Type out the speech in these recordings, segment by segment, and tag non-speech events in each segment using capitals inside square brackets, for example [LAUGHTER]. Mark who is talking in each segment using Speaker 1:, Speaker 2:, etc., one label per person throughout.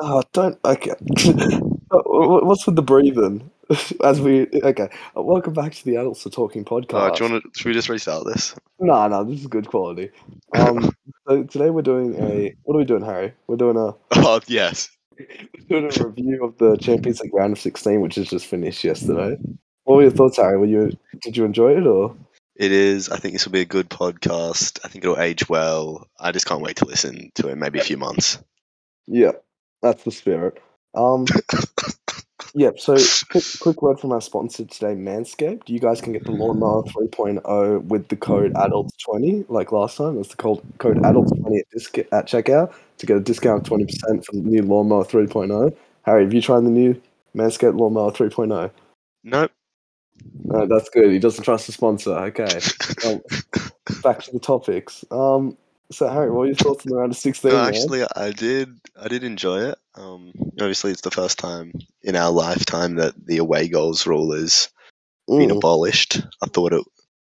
Speaker 1: Oh, don't. Okay. [LAUGHS] Wha- wha- What's with the breathing? [LAUGHS] As we. Okay. Uh, Welcome back to the Adults Are Talking
Speaker 2: Uh, do
Speaker 1: podcast.
Speaker 2: you want to? Should we just restart this? [LAUGHS]
Speaker 1: No, no, this is good quality. Um, so today we're doing a. What are we doing, Harry? We're doing a
Speaker 2: oh yes.
Speaker 1: we're doing a review of the Champions League round of sixteen, which is just finished yesterday. What were your thoughts, Harry? Were you did you enjoy it or?
Speaker 2: It is. I think this will be a good podcast. I think it'll age well. I just can't wait to listen to it. Maybe a few months.
Speaker 1: Yeah, that's the spirit.
Speaker 2: [LAUGHS]
Speaker 1: Um, yep. So, quick, quick word from our sponsor today, Manscaped. You guys can get the Lawnmower 3.0 with the code ADULT20, like last time. That's the code, code ADULT20 at, disc- at checkout to get a discount of 20% for the new Lawnmower 3.0. Harry, have you tried the new Manscaped Lawnmower 3.0?
Speaker 2: Nope.
Speaker 1: No, that's good. He doesn't trust the sponsor. Okay. Well, back to the topics. Um, so, Harry, what are your thoughts on the round of 16?
Speaker 2: No,
Speaker 1: man?
Speaker 2: actually, I did. I did enjoy it. Um, obviously, it's the first time in our lifetime that the away goals rule has been
Speaker 1: Mm.
Speaker 2: abolished. I thought it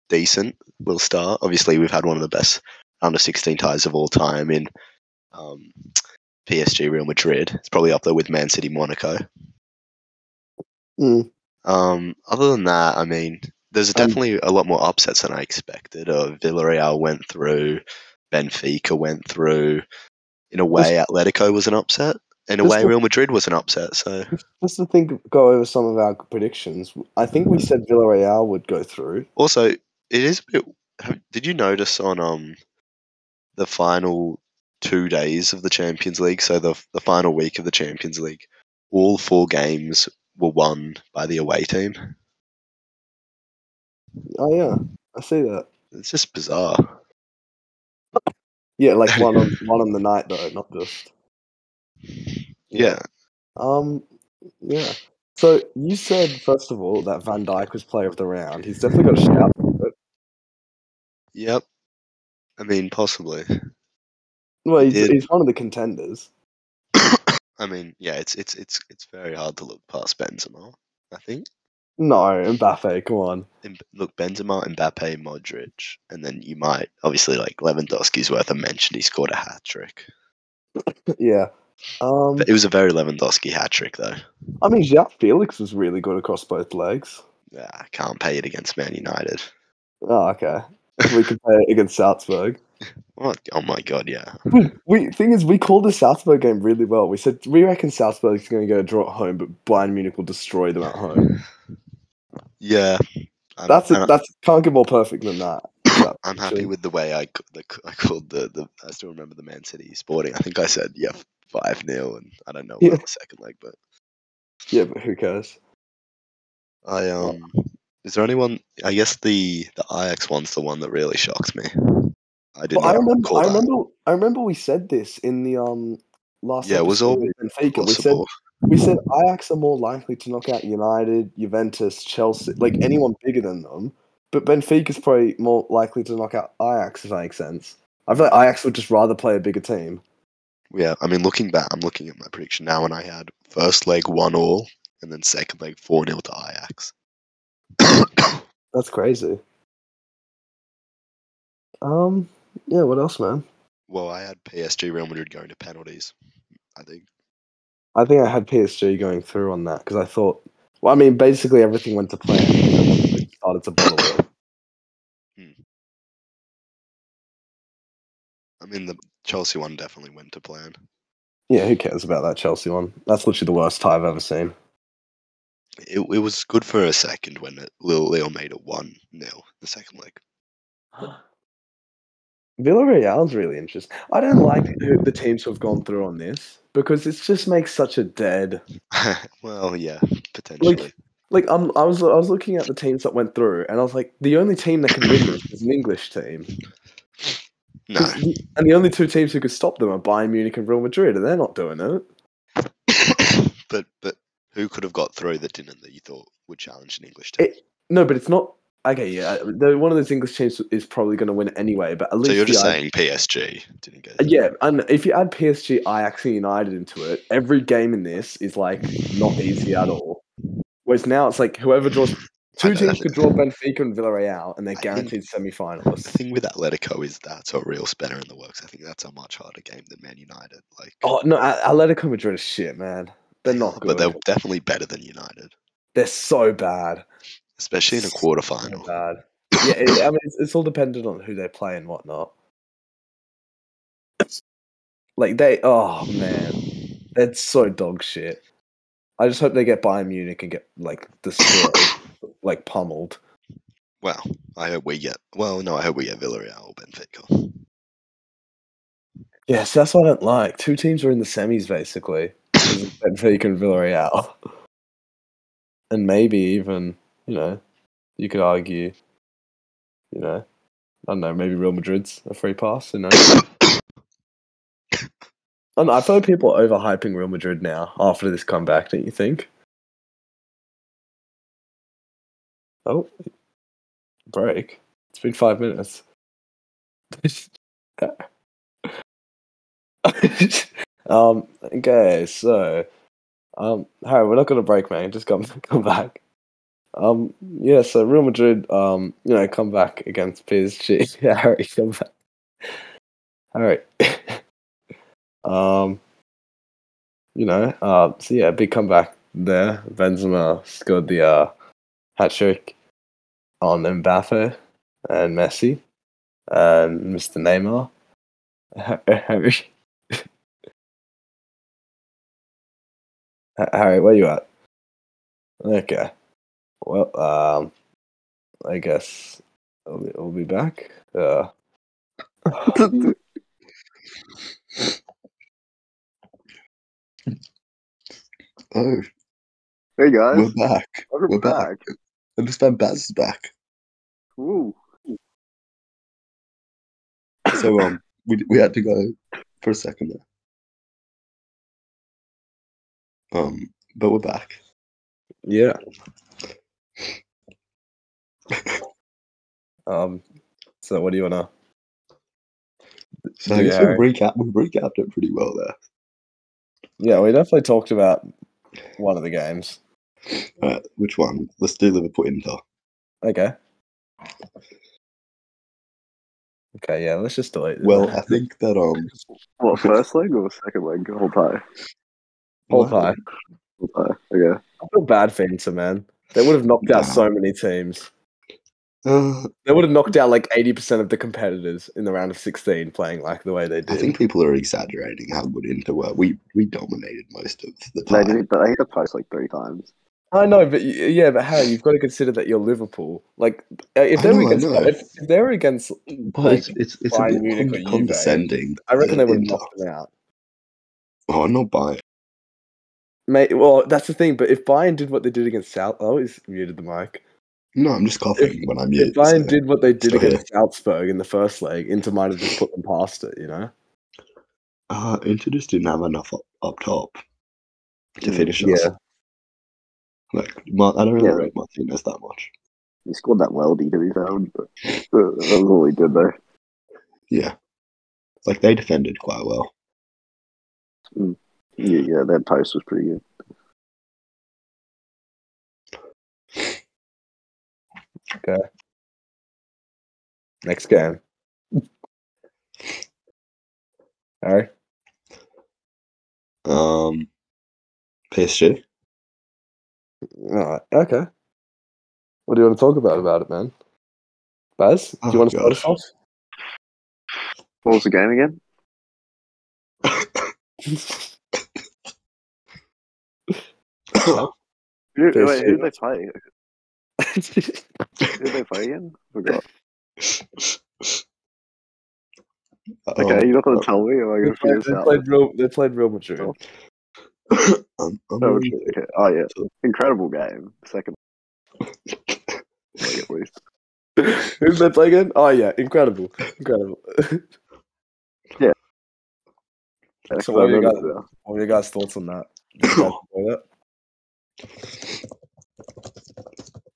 Speaker 2: decent. We'll start. Obviously, we've had one of the best under sixteen ties of all time in um, PSG Real Madrid. It's probably up there with Man City Monaco.
Speaker 1: Mm.
Speaker 2: Um, other than that, I mean, there's
Speaker 1: Um,
Speaker 2: definitely a lot more upsets than I expected. Uh, Villarreal went through, Benfica went through. In a way, Atletico was an upset. In a
Speaker 1: just
Speaker 2: way,
Speaker 1: the-
Speaker 2: Real Madrid was an upset. So
Speaker 1: Just to think, go over some of our predictions. I think we said Villarreal would go through.
Speaker 2: also, it is a bit. have- Did you notice on um the final two days of the Champions League? So the the final week of the Champions League, all four games were won by the away team.
Speaker 1: Oh yeah, I see that.
Speaker 2: It's just bizarre.
Speaker 1: Yeah, like one on one on the night though, not just.
Speaker 2: Yeah.
Speaker 1: Um. Yeah. So you said first of all that Van Dijk was player of the round. He's definitely got a shout.
Speaker 2: Yep. I mean, possibly.
Speaker 1: Well, he's,
Speaker 2: did.
Speaker 1: he's one of the contenders.
Speaker 2: I mean, yeah, it's it's it's it's very hard to look past Benzema. I think
Speaker 1: No, Mbappe, come on. [LAUGHS]
Speaker 2: Im- look Benzema, Mbappe, Modric, and then you might obviously like Lewandowski's worth a mention. He scored a hat trick.
Speaker 1: Yeah. Um.
Speaker 2: But it was a very Lewandowski hat trick though.
Speaker 1: I mean, Jacques Felix was really good across both legs.
Speaker 2: Yeah, I can't pay it against Man United.
Speaker 1: Oh, okay. We could play it against Salzburg.
Speaker 2: What? Oh my god, yeah.
Speaker 1: We thing is, we called the Salzburg game really well. We said we reckon Salzburg's going to go draw at home, but Bayern Munich will destroy them at home.
Speaker 2: Yeah. I'm,
Speaker 1: That's
Speaker 2: I'm-
Speaker 1: it. That's can't get more perfect than that.
Speaker 2: [COUGHS]
Speaker 1: That-
Speaker 2: I'm happy
Speaker 1: actually.
Speaker 2: with the way I, c- the, c- I called the, the I still remember the Man City Sporting. I think I said yeah five 0 and I don't know
Speaker 1: Yeah.
Speaker 2: about the second leg, but
Speaker 1: Yeah, but who cares?
Speaker 2: I
Speaker 1: Oh.
Speaker 2: um. Is there anyone? I guess the the Ajax one's the one that really shocked me. I did
Speaker 1: Well, I
Speaker 2: not
Speaker 1: remember.
Speaker 2: call
Speaker 1: I
Speaker 2: that
Speaker 1: remember. I remember we said this in the um last.
Speaker 2: Yeah, it was
Speaker 1: episode
Speaker 2: all
Speaker 1: with Benfica. We said
Speaker 2: possible.
Speaker 1: we said Ajax are more likely to knock out United, Juventus, Chelsea, like anyone bigger than them. But Benfica's probably more likely to knock out Ajax, if that makes sense. I feel like Ajax would just rather play a bigger team.
Speaker 2: Yeah, I mean, looking back, I'm looking at my prediction now, and I had first leg one all, and then second leg four 0 to Ajax. [COUGHS]
Speaker 1: That's crazy. Um, yeah. What else, man?
Speaker 2: well, I had PSG Real Madrid going to penalties. I think.
Speaker 1: I think I had PSG going through on that because I thought. Well, I mean, basically everything went to plan. It started to bottle it.
Speaker 2: I mean, the Chelsea one definitely went to plan.
Speaker 1: Yeah, who cares about that Chelsea one? That's literally the worst tie I've ever seen.
Speaker 2: It it was good for a second when it, Lil Leo made it one 0 the second leg. [LAUGHS]
Speaker 1: Villarreal's really interesting. I don't like the the teams who have gone through on this because it just makes such a dead.
Speaker 2: well, yeah, potentially.
Speaker 1: Like I'm, I was, I was looking at the teams that went through, and I was like, the only team that can win this is an English team.
Speaker 2: no,
Speaker 1: 'Cause the- And the only two teams who could stop them are Bayern Munich and Real Madrid, and they're not doing it.
Speaker 2: [COUGHS] but but who could have got through that didn't that you thought would challenge an English team?
Speaker 1: It- No, but it's not. Okay, yeah, they're, one of those English teams is probably going to win anyway. But at least
Speaker 2: so you're
Speaker 1: the Uh,
Speaker 2: just
Speaker 1: I-
Speaker 2: saying PSG didn't get through.
Speaker 1: yeah, and if you add PSG, Ajax, and United into it, every game in this is like not easy at all. Whereas now it's like whoever draws Two
Speaker 2: [SIGHS] I know
Speaker 1: teams
Speaker 2: that-
Speaker 1: could draw Benfica and Villarreal, and they're
Speaker 2: I think-
Speaker 1: guaranteed
Speaker 2: The
Speaker 1: semi-finalists.
Speaker 2: thing with Atletico is that's a real spanner in the works. I think that's a much harder game than Man United. Like,
Speaker 1: Oh no, A- Atletico Madrid is shit, man. They're
Speaker 2: they
Speaker 1: not
Speaker 2: are,
Speaker 1: good.
Speaker 2: but they're
Speaker 1: they're...
Speaker 2: definitely better than United,
Speaker 1: so bad.
Speaker 2: especially in a
Speaker 1: So So
Speaker 2: quarterfinal.
Speaker 1: bad. Yeah, it, I mean, it's, it's all dependent on who they play and whatnot. Like they, oh man, that's so dog shit. I just hope they get Bayern Munich and get like destroyed, like pummeled.
Speaker 2: Well, I hope we get. Well, no, I hope we get Villarreal or Benfica.
Speaker 1: Yes, that's what I don't like. Two teams were in the semis basically. It was Benfica and Villarreal, and maybe even you know, you could argue, you know, I don't know, maybe Real Madrid's a free pass. You know, I don't know, I feel like people are overhyping Real Madrid now after this comeback. Don't you think? Oh, break. It's been five minutes. [LAUGHS] [LAUGHS] um. Okay. So, um, Harry, we're not gonna break, man. Just come, [LAUGHS] come back. Um. Yeah. So Real Madrid. Um. You know, come back against PSG. [LAUGHS] Yeah, Harry, come back. All right. [LAUGHS] um. You know. Uh. So yeah, big comeback there. Benzema scored the uh, hat trick on Mbappe and Messi and Mr. Neymar. [LAUGHS] Harry. Ha- Harry, where you at? Okay. Well, um, I guess we'll be, we'll be back. Uh,
Speaker 2: Oh,
Speaker 3: Hey guys,
Speaker 2: back.
Speaker 3: welcome
Speaker 2: we're back.
Speaker 3: back.
Speaker 2: Understand Baz is back.
Speaker 3: Ooh,
Speaker 2: So um, we we had to go for a second there. Um, but we're back.
Speaker 1: yeah. [LAUGHS] Um. So, what do you wanna?
Speaker 2: So I guess
Speaker 1: Yeah.
Speaker 2: we recap. We recapped it pretty well there.
Speaker 1: Yeah, we definitely talked about one of the games.
Speaker 2: All right, Uh, which one? Let's do Liverpool Inter.
Speaker 1: Okay. Okay. Yeah. Let's just delete. it.
Speaker 2: Well, I think that um,
Speaker 3: what first leg or second leg? Whole pie.
Speaker 1: Whole pie.
Speaker 3: Whole pie. Okay.
Speaker 1: I feel bad for Inter, man. They would have knocked out
Speaker 2: Nah.
Speaker 1: so many teams.
Speaker 2: Uh,
Speaker 1: They would have knocked out like eighty percent of the competitors in the round of sixteen, playing like the way they
Speaker 2: I
Speaker 1: did.
Speaker 2: think people are exaggerating how good Inter were. We we dominated most of the
Speaker 3: They
Speaker 2: time.
Speaker 3: did, but they hit the post like three times.
Speaker 1: I know, but y- yeah, but Harry, you've got to consider that you're Liverpool. Like, uh, if
Speaker 2: I
Speaker 1: they're
Speaker 2: know, I
Speaker 1: against,
Speaker 2: know.
Speaker 1: if, if they're against,
Speaker 2: Well, it's it's, it's a
Speaker 1: Bayern
Speaker 2: bit
Speaker 1: Munich or
Speaker 2: con-
Speaker 1: Juve.
Speaker 2: condescending.
Speaker 1: I reckon they
Speaker 2: that
Speaker 1: would have
Speaker 2: Inter-
Speaker 1: knocked them out.
Speaker 2: Oh, I'm not buying.
Speaker 1: Mate, well, that's the thing. But if Bayern did what they did against South, I always muted the mic.
Speaker 2: No, I'm just coughing when I'm
Speaker 1: If
Speaker 2: mute.
Speaker 1: Bayern
Speaker 2: so-
Speaker 1: did what they did
Speaker 2: so, yeah.
Speaker 1: against Salzburg in the first leg, Inter might have just put them past it. You know?
Speaker 2: Uh, Inter just didn't have enough up, up top to
Speaker 3: Mm,
Speaker 2: finish us.
Speaker 1: yeah.
Speaker 2: Like, Ma- I don't really
Speaker 3: Yeah.
Speaker 2: rate Martinez that much.
Speaker 3: He scored that weldy to be found, but that was all he did though.
Speaker 2: Yeah. Like, they defended quite well.
Speaker 3: Yeah, yeah, that post was pretty good.
Speaker 1: Next
Speaker 3: [LAUGHS]
Speaker 1: game. Harry,
Speaker 2: Um, PSG.
Speaker 1: all right, okay. What do you want to talk about about it, man? Baz, do you
Speaker 2: Oh,
Speaker 1: want to start
Speaker 2: God.
Speaker 1: us [LAUGHS] off?
Speaker 3: What was the game again? Who,
Speaker 1: They
Speaker 3: wait, who did
Speaker 1: suck.
Speaker 3: they play? Who did they play again? Forgot. Okay,
Speaker 2: Um,
Speaker 3: you're not gonna
Speaker 2: uh,
Speaker 3: tell me. Am I
Speaker 1: Oh, they,
Speaker 3: gonna figure
Speaker 1: played,
Speaker 3: this out?
Speaker 1: Real, they played Real [LAUGHS] Madrid.
Speaker 3: Oh.
Speaker 2: I'm, I'm
Speaker 3: Oh,
Speaker 2: really-
Speaker 3: shit, okay. oh yeah, incredible game. Second leg at least.
Speaker 1: Who did they [LAUGHS] play again? Oh yeah, incredible, incredible. [LAUGHS]
Speaker 3: Yeah,
Speaker 1: [LAUGHS] So
Speaker 3: I
Speaker 1: what do you got?
Speaker 3: remember now. [COUGHS]
Speaker 1: What are your guys' thoughts on [COUGHS] that? Did you guys enjoy that?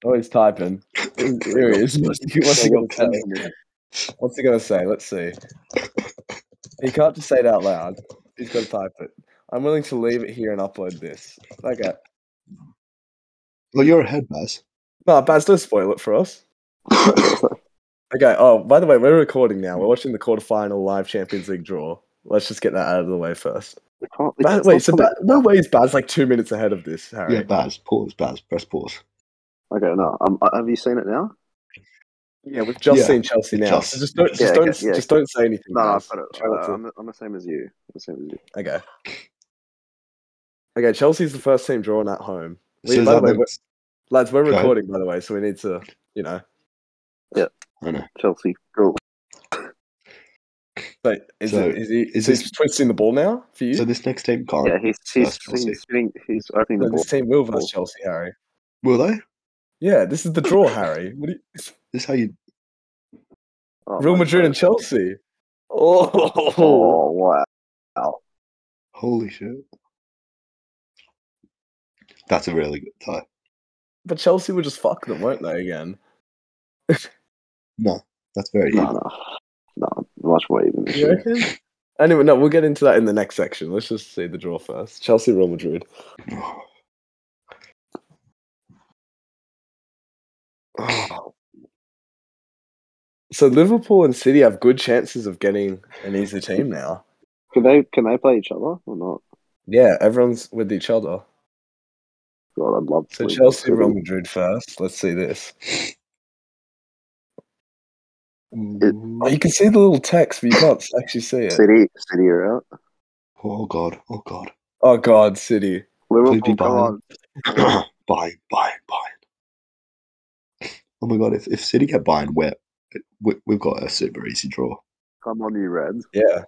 Speaker 1: Oh, he's [COUGHS] typing. Here he is. What's he, what's he gonna say? [LAUGHS] What's he gonna say? Let's see. He can't just say it out loud. He's gotta type it. I'm willing to leave it here and upload this. Okay.
Speaker 2: Well, you're ahead, Baz.
Speaker 1: No, Baz, don't spoil it for us. Okay. Oh, by the way, we're recording now. We're watching the quarterfinal live Champions League draw. Let's just get that out of the way first.
Speaker 3: Can't- it's
Speaker 1: Baz,
Speaker 3: not
Speaker 1: wait, so
Speaker 3: funny.
Speaker 1: Baz, no way is Baz like two minutes ahead of this, Harry.
Speaker 2: Yeah, Baz, pause, Baz, press pause.
Speaker 3: Okay, no. Um, uh, have you seen it now?
Speaker 1: Yeah, we've just
Speaker 2: Yeah,
Speaker 1: seen Chelsea
Speaker 2: it's
Speaker 1: now.
Speaker 2: just-
Speaker 1: so just don't, just
Speaker 3: Yeah,
Speaker 1: don't,
Speaker 3: okay, yeah,
Speaker 1: just don't um, say anything.
Speaker 3: No, I've
Speaker 1: Baz.
Speaker 3: got it.
Speaker 1: Chelsea.
Speaker 3: Uh, I'm, I'm the same as you. I'm the same as you.
Speaker 1: okay. Okay, Chelsea's the first team drawn at home. We-
Speaker 2: So
Speaker 1: by the
Speaker 2: that
Speaker 1: way,
Speaker 2: means-
Speaker 1: Lads, we're
Speaker 2: Go ahead.
Speaker 1: recording, by the way, so we need to, you know.
Speaker 2: I know.
Speaker 3: Chelsea. Cool.
Speaker 1: But is,
Speaker 2: So,
Speaker 1: it, is he
Speaker 2: is
Speaker 1: is he's
Speaker 2: this-
Speaker 1: twisting the ball now for you?
Speaker 2: So this next team can't.
Speaker 3: Yeah, he's he's,
Speaker 2: Oh, That's Chelsea.
Speaker 3: he's, spinning, he's opening the
Speaker 1: No,
Speaker 3: ball.
Speaker 1: this team will versus
Speaker 3: ball.
Speaker 1: Chelsea, Harry.
Speaker 2: Will they?
Speaker 1: Yeah, this is the draw, Harry. What do you,
Speaker 2: This how you?
Speaker 3: Oh,
Speaker 1: Real
Speaker 3: my
Speaker 1: Madrid and
Speaker 3: God.
Speaker 1: Chelsea. Oh,
Speaker 3: Oh wow!
Speaker 2: Holy shit! That's a really good tie.
Speaker 1: [LAUGHS] but Chelsea would just fuck them, won't they? Again,
Speaker 2: No, that's very.
Speaker 3: No,
Speaker 2: even.
Speaker 3: no, no. Much more even. This
Speaker 1: you
Speaker 2: [LAUGHS]
Speaker 3: year.
Speaker 1: reckon? Anyway, no, we'll get into that in the next section. Let's just see the draw first. Chelsea, Real Madrid. So Liverpool and City have good chances of getting an easy team now.
Speaker 3: [SIGHS] Can they can they play each other or not?
Speaker 1: Yeah, everyone's with each other.
Speaker 3: God, I'd love to.
Speaker 1: So
Speaker 3: play
Speaker 1: Chelsea,
Speaker 3: City.
Speaker 1: Real Madrid first. Let's see this. Oh, you can see the little text, but you can't actually see it.
Speaker 3: City, City are out.
Speaker 2: oh god! Oh god! [CLEARS THROAT]
Speaker 1: Oh God, City.
Speaker 3: Liverpool,
Speaker 2: Bayern.
Speaker 3: come on.
Speaker 2: Bayern, Bayern, Bayern. Oh my god! If if City get Bayern, we're, we we've got a super easy draw.
Speaker 3: Come on, you Reds.
Speaker 1: Yeah.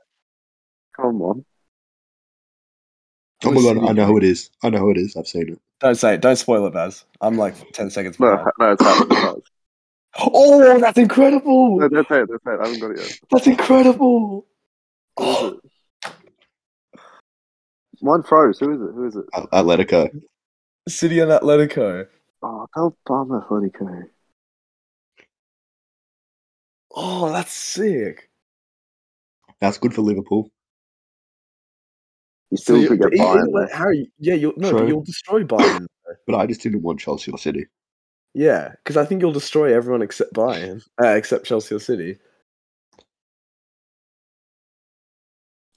Speaker 3: Come on.
Speaker 2: Oh my
Speaker 1: Who's
Speaker 2: Oh, god!
Speaker 1: City
Speaker 2: I know who it is. I know who it is. I've seen it.
Speaker 1: Don't say it. Don't spoil it, Baz. I'm like ten seconds
Speaker 3: No,
Speaker 1: behind.
Speaker 3: no, it's out. It's out.
Speaker 1: Oh, that's incredible!
Speaker 3: No, that's it. That's it. I haven't got it yet.
Speaker 1: That's incredible! Oh,
Speaker 3: Who is it? Mine froze. Who is it? Who is it?
Speaker 2: At- Atletico.
Speaker 1: City and Atletico.
Speaker 3: Oh, tell Palmer Atletico.
Speaker 1: Oh, that's sick.
Speaker 2: That's good for Liverpool.
Speaker 3: You still
Speaker 1: you-
Speaker 3: could get
Speaker 1: e- either
Speaker 3: Bayern.
Speaker 1: way,
Speaker 3: mate.
Speaker 1: Harry, yeah, you'll no,
Speaker 2: True.
Speaker 1: but you'll destroy Bayern.
Speaker 2: But I just didn't want Chelsea or City.
Speaker 1: yeah, because I think you'll destroy everyone except Bayern, uh, except Chelsea or City.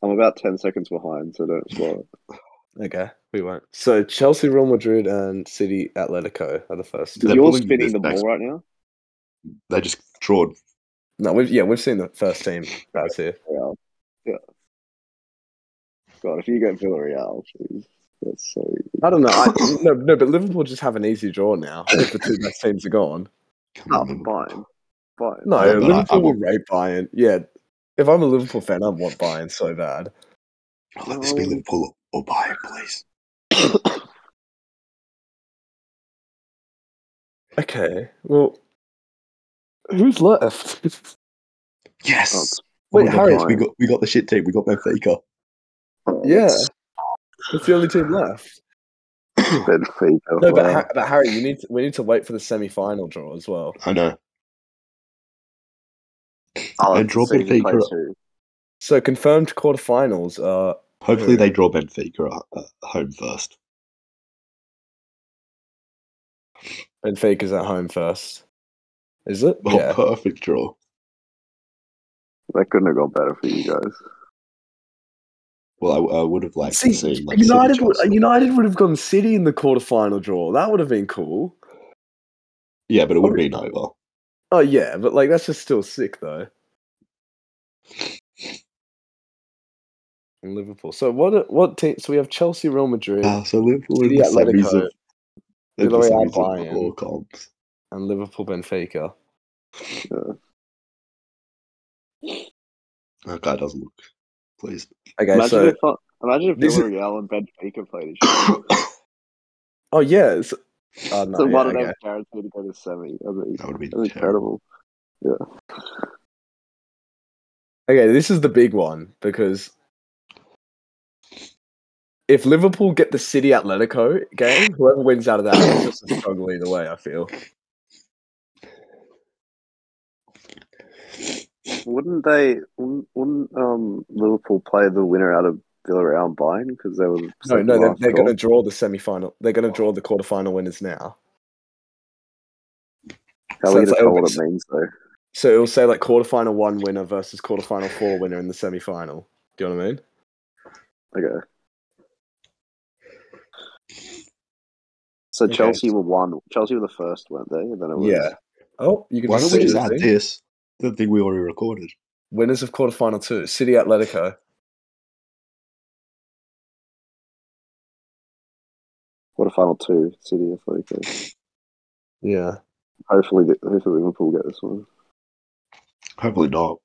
Speaker 3: I'm about ten seconds behind, so don't spoil it.
Speaker 1: Okay, we won't. So Chelsea, Real Madrid, and City Atletico are the first.
Speaker 2: They're
Speaker 3: You're
Speaker 2: pulling
Speaker 3: spinning
Speaker 2: this
Speaker 3: the ball
Speaker 2: next-
Speaker 3: right now.
Speaker 2: They just drawn.
Speaker 1: No, we've yeah, we've seen the first team guys here.
Speaker 3: Real. Yeah. God, if you get Villarreal, jeez, that's so.
Speaker 1: I don't know. I, no, no, but Liverpool just have an easy draw now. If the two best teams are gone.
Speaker 2: Come
Speaker 1: Oh,
Speaker 3: Ah,
Speaker 2: on, Liverpool.
Speaker 3: Bayern. Bayern.
Speaker 1: No,
Speaker 2: Yeah, but I-
Speaker 1: Liverpool
Speaker 2: I
Speaker 1: will rate Bayern. Yeah, if I'm a Liverpool fan, I want Bayern so bad.
Speaker 2: Oh, let this be
Speaker 3: No.
Speaker 2: Liverpool or Bayern, please.
Speaker 1: Okay, well, who's left?
Speaker 2: Yes.
Speaker 1: Oh,
Speaker 2: Oh
Speaker 1: Wait,
Speaker 2: my God,
Speaker 1: Harry-
Speaker 2: yes, we got we got the shit team. We got Benfica.
Speaker 3: Oh,
Speaker 1: yeah,
Speaker 3: that's
Speaker 1: it's the only team left.
Speaker 3: Benfica.
Speaker 1: No, but,
Speaker 3: wow.
Speaker 1: ha- but Harry, you need to, we need to wait for the semi-final draw as well.
Speaker 2: I know.
Speaker 3: I'll
Speaker 2: and drop
Speaker 3: see who
Speaker 2: Benfica
Speaker 3: plays
Speaker 2: up.
Speaker 3: who.
Speaker 1: So confirmed quarterfinals are
Speaker 2: Hopefully
Speaker 1: Yeah.
Speaker 2: they draw Benfica at, at home first. [LAUGHS]
Speaker 1: Benfica's at home first. Is it?
Speaker 2: Oh,
Speaker 1: yeah.
Speaker 2: perfect draw.
Speaker 3: That couldn't have gone better for you guys.
Speaker 2: Well, I, I would have liked to see like
Speaker 1: United
Speaker 2: City,
Speaker 1: would uh,
Speaker 2: Chelsea.
Speaker 1: United would have gone City in the quarterfinal draw. That would have been cool.
Speaker 2: Yeah, but it would have been over.
Speaker 1: Oh yeah, but like that's just still sick though. In Liverpool. So what? What team? So we have Chelsea, Real Madrid,
Speaker 2: Uh, so Liverpool in
Speaker 1: City,
Speaker 2: the semis
Speaker 1: Atletico,
Speaker 2: of in the
Speaker 1: Villarreal,
Speaker 2: semis of
Speaker 1: Bayern.
Speaker 2: all comps.
Speaker 1: and Liverpool, Benfica.
Speaker 2: That guy doesn't look please. [COUGHS]
Speaker 1: Okay,
Speaker 3: Imagine
Speaker 1: so
Speaker 3: if I, imagine if
Speaker 1: This is-
Speaker 3: Villarreal and Benfica
Speaker 1: [LAUGHS]
Speaker 3: played each other.
Speaker 2: that
Speaker 1: oh yeah, it's, oh, no,
Speaker 3: so
Speaker 1: yeah,
Speaker 3: one of
Speaker 1: okay.
Speaker 3: them's guaranteed to go to semi. I mean,
Speaker 2: would have been
Speaker 3: that's
Speaker 2: terrible.
Speaker 3: incredible.
Speaker 1: Okay, this is the big one because if Liverpool get the City Atletico game, whoever wins out of that is just a struggle either way. I feel.
Speaker 3: Wouldn't they? Wouldn't, wouldn't um, Liverpool play the winner out of Villarreal and Bayern because they were the
Speaker 1: No,
Speaker 3: second
Speaker 1: no, they're,
Speaker 3: last
Speaker 1: they're
Speaker 3: draw?
Speaker 1: going to draw the semi-final. They're going to draw the quarterfinal winners now.
Speaker 3: How
Speaker 1: So
Speaker 3: are we
Speaker 1: it's
Speaker 3: going to
Speaker 1: like-
Speaker 3: tell what it means, though?
Speaker 1: So it'll say like quarterfinal one winner versus quarterfinal four winner in the semi final. Do you know what I mean?
Speaker 3: Okay. So
Speaker 1: Okay.
Speaker 3: Chelsea were one. Chelsea were the first, weren't they? And then it was
Speaker 1: Yeah. Oh, you can
Speaker 4: Why
Speaker 1: just
Speaker 4: don't we
Speaker 1: see
Speaker 4: just
Speaker 1: the
Speaker 4: add
Speaker 1: thing.
Speaker 4: this? The thing we already recorded.
Speaker 1: Winners of quarterfinal two, City Atletico.
Speaker 3: quarterfinal two. City Athletic.
Speaker 1: Yeah.
Speaker 3: Hopefully, hopefully Liverpool get this one. [LAUGHS]
Speaker 4: Hopefully not.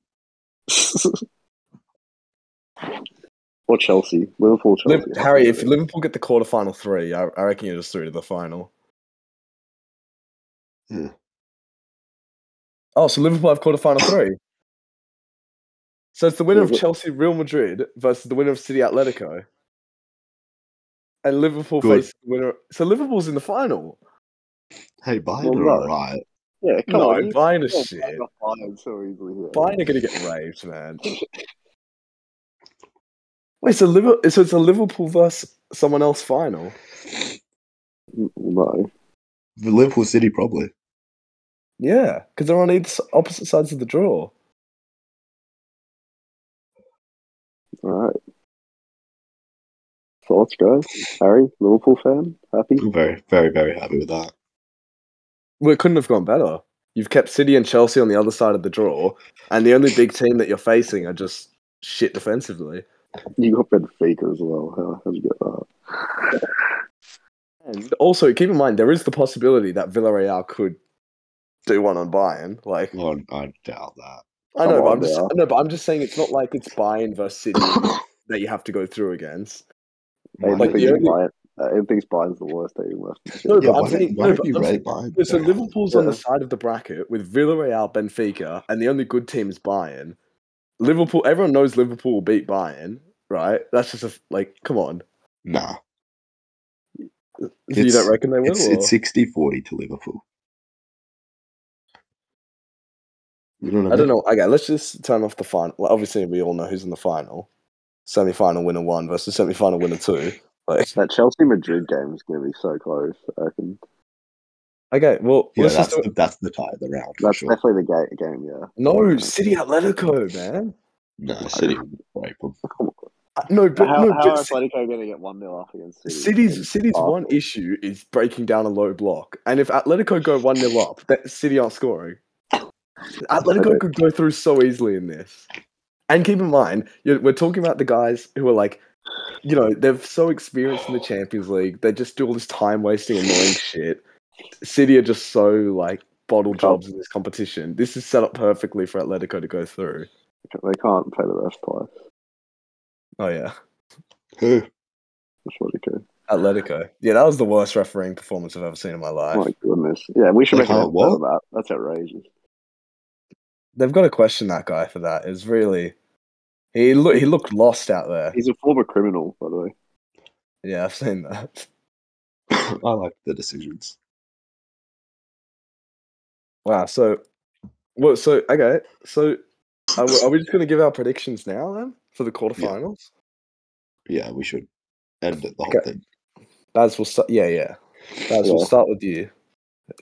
Speaker 3: or Chelsea, Liverpool, Chelsea.
Speaker 1: Liv- Harry, if Liverpool get the quarterfinal three, I, I reckon you're just through to the final.
Speaker 3: Hmm.
Speaker 4: Yeah.
Speaker 1: Oh, so Liverpool have quarterfinal three. So it's the winner of
Speaker 3: Liver-
Speaker 1: Chelsea Real Madrid versus the winner of City Atletico. And Liverpool
Speaker 4: Good.
Speaker 1: face the winner. So Liverpool's in the final.
Speaker 4: Hey, Bayern
Speaker 3: Well,
Speaker 4: are
Speaker 3: no.
Speaker 4: alright.
Speaker 3: yeah, come
Speaker 1: no,
Speaker 3: on, you
Speaker 1: Bayern is
Speaker 3: can't
Speaker 1: shit.
Speaker 3: buy the Bayern so easily here.
Speaker 1: Bayern are going to get raped,
Speaker 3: [LAUGHS]
Speaker 1: man. Wait, so, Liver- so it's a Liverpool versus someone else final?
Speaker 3: No,
Speaker 4: The Liverpool City probably.
Speaker 1: Yeah, because they're on either, s- opposite sides of the draw.
Speaker 3: all right. Thoughts, guys? Harry, Liverpool fan, happy?
Speaker 4: I'm very, very, very happy with that.
Speaker 1: Well, it couldn't have gone better. You've kept City and Chelsea on the other side of the draw, and the only big team that you're facing are just shit defensively.
Speaker 3: You got Benfica as well. How how'd you get that? [COUGHS]
Speaker 1: And also, keep in mind there is the possibility that Villarreal could do one on Bayern. Like
Speaker 4: Oh, I doubt that.
Speaker 1: I know,
Speaker 3: Come
Speaker 1: but
Speaker 3: on
Speaker 1: I'm just
Speaker 3: now.
Speaker 1: no, but I'm just saying it's not like it's Bayern versus City [COUGHS] that you have to go through against.
Speaker 3: I
Speaker 4: Why
Speaker 1: Like,
Speaker 3: think
Speaker 4: don't
Speaker 1: the
Speaker 4: you-
Speaker 1: only-
Speaker 3: Bayern, I think Bayern's the worst team left.
Speaker 1: No,
Speaker 4: yeah,
Speaker 1: but I'm
Speaker 4: why
Speaker 1: saying-
Speaker 4: don't, why
Speaker 1: no,
Speaker 4: don't
Speaker 1: but
Speaker 4: you
Speaker 1: I'm
Speaker 4: rate
Speaker 1: saying-
Speaker 4: Bayern?
Speaker 1: So
Speaker 4: very highly?
Speaker 1: Liverpool's on the
Speaker 3: Yeah.
Speaker 1: side of the bracket with Villarreal, Benfica, and the only good team is Bayern. Liverpool, everyone knows Liverpool will beat Bayern, right? That's just a, f- like, come on. [LAUGHS]
Speaker 4: Nah.
Speaker 1: you
Speaker 4: It's-
Speaker 1: don't reckon they will?
Speaker 4: It's, it's
Speaker 1: or-
Speaker 4: 60 40 to Liverpool. You know what I,
Speaker 1: I don't
Speaker 4: mean?
Speaker 1: know. Okay, let's just turn off the final. Well, obviously, we all know who's in the final. Semi final winner one versus semi final winner two. Like,
Speaker 3: That Chelsea Madrid game is going to be so close. I reckon.
Speaker 1: okay, well,
Speaker 4: Yeah,
Speaker 1: let's
Speaker 4: that's
Speaker 1: just do
Speaker 4: the, that's the tie of the round. For
Speaker 3: That's
Speaker 4: sure.
Speaker 3: definitely the ga- game. Yeah.
Speaker 1: it. No, City Atletico, man.
Speaker 4: No, City would break them.
Speaker 1: Uh, No, but,
Speaker 3: how
Speaker 1: no,
Speaker 3: how
Speaker 1: but
Speaker 3: are
Speaker 1: Ci-
Speaker 3: Atletico going to get one 0 up against City?
Speaker 1: City's City's
Speaker 3: Arsenal.
Speaker 1: one issue is breaking down a low block, and if Atletico go one 0 up, that City aren't scoring. Atletico
Speaker 3: Okay.
Speaker 1: could go through so easily in this. And keep in mind, you we're talking about the guys who are like, you know, they're so experienced in the Champions League. They just do all this time wasting, annoying shit. City are just so like bottle jobs in this competition. This is set up perfectly for Atletico to go through.
Speaker 3: They can't play the rest twice.
Speaker 1: Oh yeah,
Speaker 4: Who?
Speaker 3: Atletico.
Speaker 1: Atletico. Yeah, that was the worst refereeing performance I've ever seen in my life.
Speaker 3: My goodness. Yeah, we should
Speaker 4: They
Speaker 3: make an
Speaker 4: can't
Speaker 3: episode
Speaker 4: what?
Speaker 3: of that. That's outrageous.
Speaker 1: they've got to question that guy for that. It's really he look he looked lost out there.
Speaker 3: He's a former criminal, by the way.
Speaker 1: Yeah, I've seen that.
Speaker 4: [COUGHS]
Speaker 1: [LAUGHS]
Speaker 4: I like the decisions.
Speaker 1: Wow. So, well, so okay. So, are we, are we just going to give our predictions now then for the quarterfinals?
Speaker 4: Yeah, we should end it, the whole
Speaker 1: Okay.
Speaker 4: thing.
Speaker 1: Baz will start. Yeah, yeah. Baz,
Speaker 3: Yeah.
Speaker 1: we'll start with you.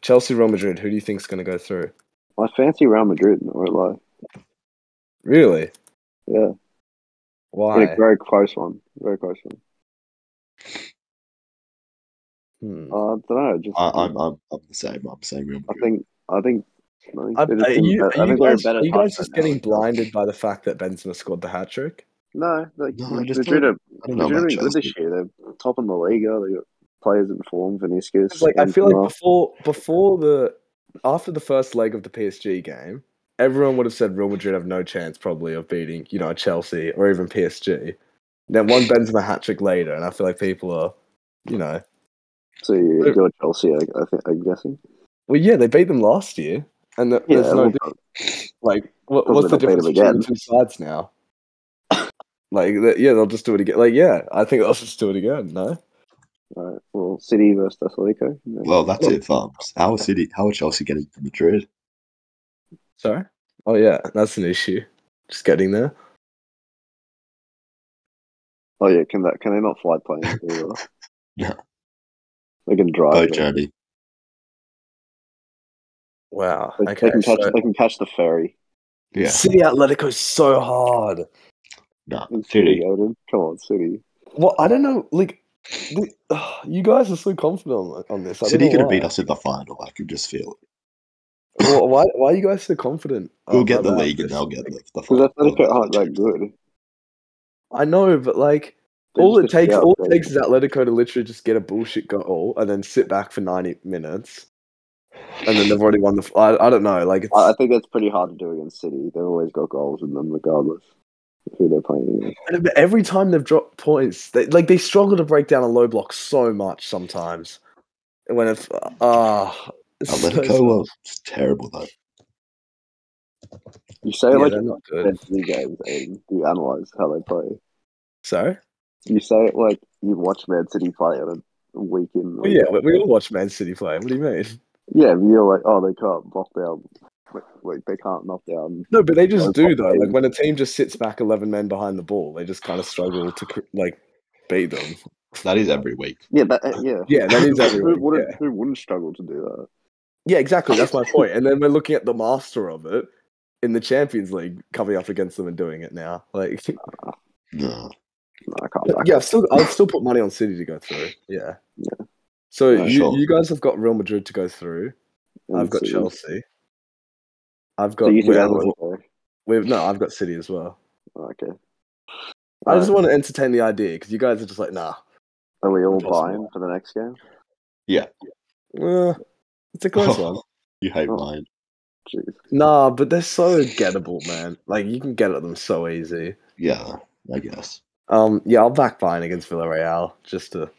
Speaker 1: Chelsea, Real Madrid. Who do you think's going to go through?
Speaker 3: I fancy Real Madrid. I won't lie.
Speaker 1: Really?
Speaker 3: Yeah,
Speaker 1: Why?
Speaker 3: but a very close one. Very close one.
Speaker 1: Hmm.
Speaker 3: Uh, I don't know. Just
Speaker 4: I, I'm, I'm, I'm the same. I'm saying Real
Speaker 3: I
Speaker 4: Madrid.
Speaker 3: think I think. I think
Speaker 1: Are,
Speaker 3: they're just
Speaker 1: are
Speaker 3: in
Speaker 1: you,
Speaker 3: bet- I
Speaker 1: are you
Speaker 3: think they're in
Speaker 1: guys,
Speaker 3: better
Speaker 1: are you
Speaker 3: time
Speaker 1: guys just
Speaker 3: right now.
Speaker 1: getting blinded by the fact that Benzema scored the hat trick?
Speaker 3: No, like
Speaker 4: No, I just
Speaker 3: Madrid
Speaker 4: don't-
Speaker 3: are
Speaker 4: I don't know
Speaker 3: Madrid have
Speaker 4: about
Speaker 3: been good
Speaker 4: Chelsea.
Speaker 3: this year. They're top in the Liga. They got players in form. Vinicius.
Speaker 1: It's like I
Speaker 3: Benzema.
Speaker 1: feel like before before the after the first leg of the PSG game, everyone would have said Real Madrid have no chance probably of beating you know Chelsea or even PSG. Then
Speaker 3: [LAUGHS]
Speaker 1: one Benzema hat trick later, and I feel like people are, you know,
Speaker 3: So you go Chelsea. I, I think, I'm guessing.
Speaker 1: well yeah they beat them last year, and th-
Speaker 3: Yeah,
Speaker 1: there's no
Speaker 3: well,
Speaker 1: di- like what,
Speaker 3: Probably
Speaker 1: what's the
Speaker 3: they'll beat
Speaker 1: difference
Speaker 3: them
Speaker 1: between the
Speaker 3: again.
Speaker 1: two sides now? Like th- yeah they'll just do it again. Like yeah I think they'll just do it again. No,
Speaker 3: all right. Well, City versus Atletico. Yeah.
Speaker 4: Well, that's it, thumbs. How are City? How are Chelsea getting to Madrid?
Speaker 1: sorry. Oh yeah, that's an issue. Just getting there.
Speaker 3: Oh yeah, can that can they not fly
Speaker 1: [LAUGHS]
Speaker 3: planes? Either?
Speaker 4: No.
Speaker 1: Oh,
Speaker 3: They can drive.
Speaker 4: Boat
Speaker 3: them.
Speaker 4: journey.
Speaker 1: Wow.
Speaker 3: They,
Speaker 1: Okay.
Speaker 3: they can catch.
Speaker 1: so-
Speaker 3: They can catch the ferry.
Speaker 2: Yeah.
Speaker 1: City Atletico so hard.
Speaker 2: Nah.
Speaker 3: In
Speaker 2: City.
Speaker 3: City, Odin. Come on, City.
Speaker 1: Well, I don't know. Like, the, [SIGHS] ugh, you guys are so confident on, on this. I
Speaker 2: City
Speaker 1: don't
Speaker 2: could
Speaker 1: know
Speaker 2: have
Speaker 1: why.
Speaker 2: beat us [LAUGHS] in the final. I could just feel it.
Speaker 1: Well, why, why are you guys so confident?
Speaker 2: We'll
Speaker 1: uh,
Speaker 2: get the
Speaker 1: about
Speaker 2: league and
Speaker 1: this?
Speaker 2: they'll get the, the
Speaker 3: Because
Speaker 2: final.
Speaker 3: Atletico
Speaker 2: They'll
Speaker 3: aren't
Speaker 2: get
Speaker 3: that
Speaker 2: the
Speaker 3: good.
Speaker 1: I know, but like,
Speaker 3: They
Speaker 1: all it
Speaker 3: just get
Speaker 1: takes,
Speaker 3: out
Speaker 1: all it
Speaker 3: there.
Speaker 1: takes is Atletico to literally just get a bullshit goal and then sit back for ninety minutes, and then they've already won the. f- I, I don't know. Like, it's,
Speaker 3: I I think that's pretty hard to do against City. They've always got goals in them, regardless of who they're playing against.
Speaker 1: and but every time they've dropped points, they like they struggle to break down a low block so much sometimes. And When if ah, it's [LAUGHS] so-
Speaker 2: Atletico
Speaker 1: so-
Speaker 2: are terrible though.
Speaker 3: You say
Speaker 1: yeah,
Speaker 3: like
Speaker 1: they're not good.
Speaker 3: intensity games and you analyze how they play.
Speaker 1: So
Speaker 3: You say it like you watch Man City play on a week in.
Speaker 1: well,
Speaker 3: week
Speaker 1: Oh, yeah,
Speaker 3: out.
Speaker 1: we, we all watch Man City play. What do you mean?
Speaker 3: yeah. But you're like, oh, they can't knock down. Like, like they can't knock down.
Speaker 1: No, but they just
Speaker 3: Those
Speaker 1: do
Speaker 3: top
Speaker 1: though. Like
Speaker 3: teams.
Speaker 1: when a team just sits back eleven men behind the ball, they just kind of struggle to cr- like beat them.
Speaker 2: That is every week.
Speaker 3: Yeah, that uh, yeah.
Speaker 1: Yeah, that [LAUGHS] is every
Speaker 3: Who
Speaker 1: week,
Speaker 3: wouldn't?
Speaker 1: yeah.
Speaker 3: Who wouldn't struggle to do that?
Speaker 1: yeah, exactly. That's my point. And then we're looking at the master of it in the Champions League coming up against them and doing it now. Like, [LAUGHS]
Speaker 2: No.
Speaker 3: No, I can't. I
Speaker 1: yeah, I've still I'll still put money on City to go through. Yeah.
Speaker 3: Yeah.
Speaker 1: So
Speaker 2: Alright,
Speaker 1: you,
Speaker 2: sure.
Speaker 1: you guys have got Real Madrid to go through.
Speaker 3: can't
Speaker 1: I've got
Speaker 3: see.
Speaker 1: Chelsea. I've
Speaker 3: So
Speaker 1: got
Speaker 3: you think
Speaker 1: we're-
Speaker 3: Adelaide? though?
Speaker 1: we're- no, I've got City as well.
Speaker 3: Okay.
Speaker 1: I just
Speaker 3: Alright,
Speaker 1: want to entertain the idea because you guys are just like, nah,
Speaker 3: are we all
Speaker 1: impossible.
Speaker 3: buying for the next game?
Speaker 1: eh, it's a [LAUGHS]
Speaker 2: [LAUGHS]
Speaker 1: close one.
Speaker 2: you hate
Speaker 3: Oh.
Speaker 2: mine.
Speaker 3: Jeez.
Speaker 1: Nah, but they're so gettable, man. Like you can get at them so easy.
Speaker 2: Yeah, I guess.
Speaker 1: Um, yeah, I'll back Bayern against Villarreal just to.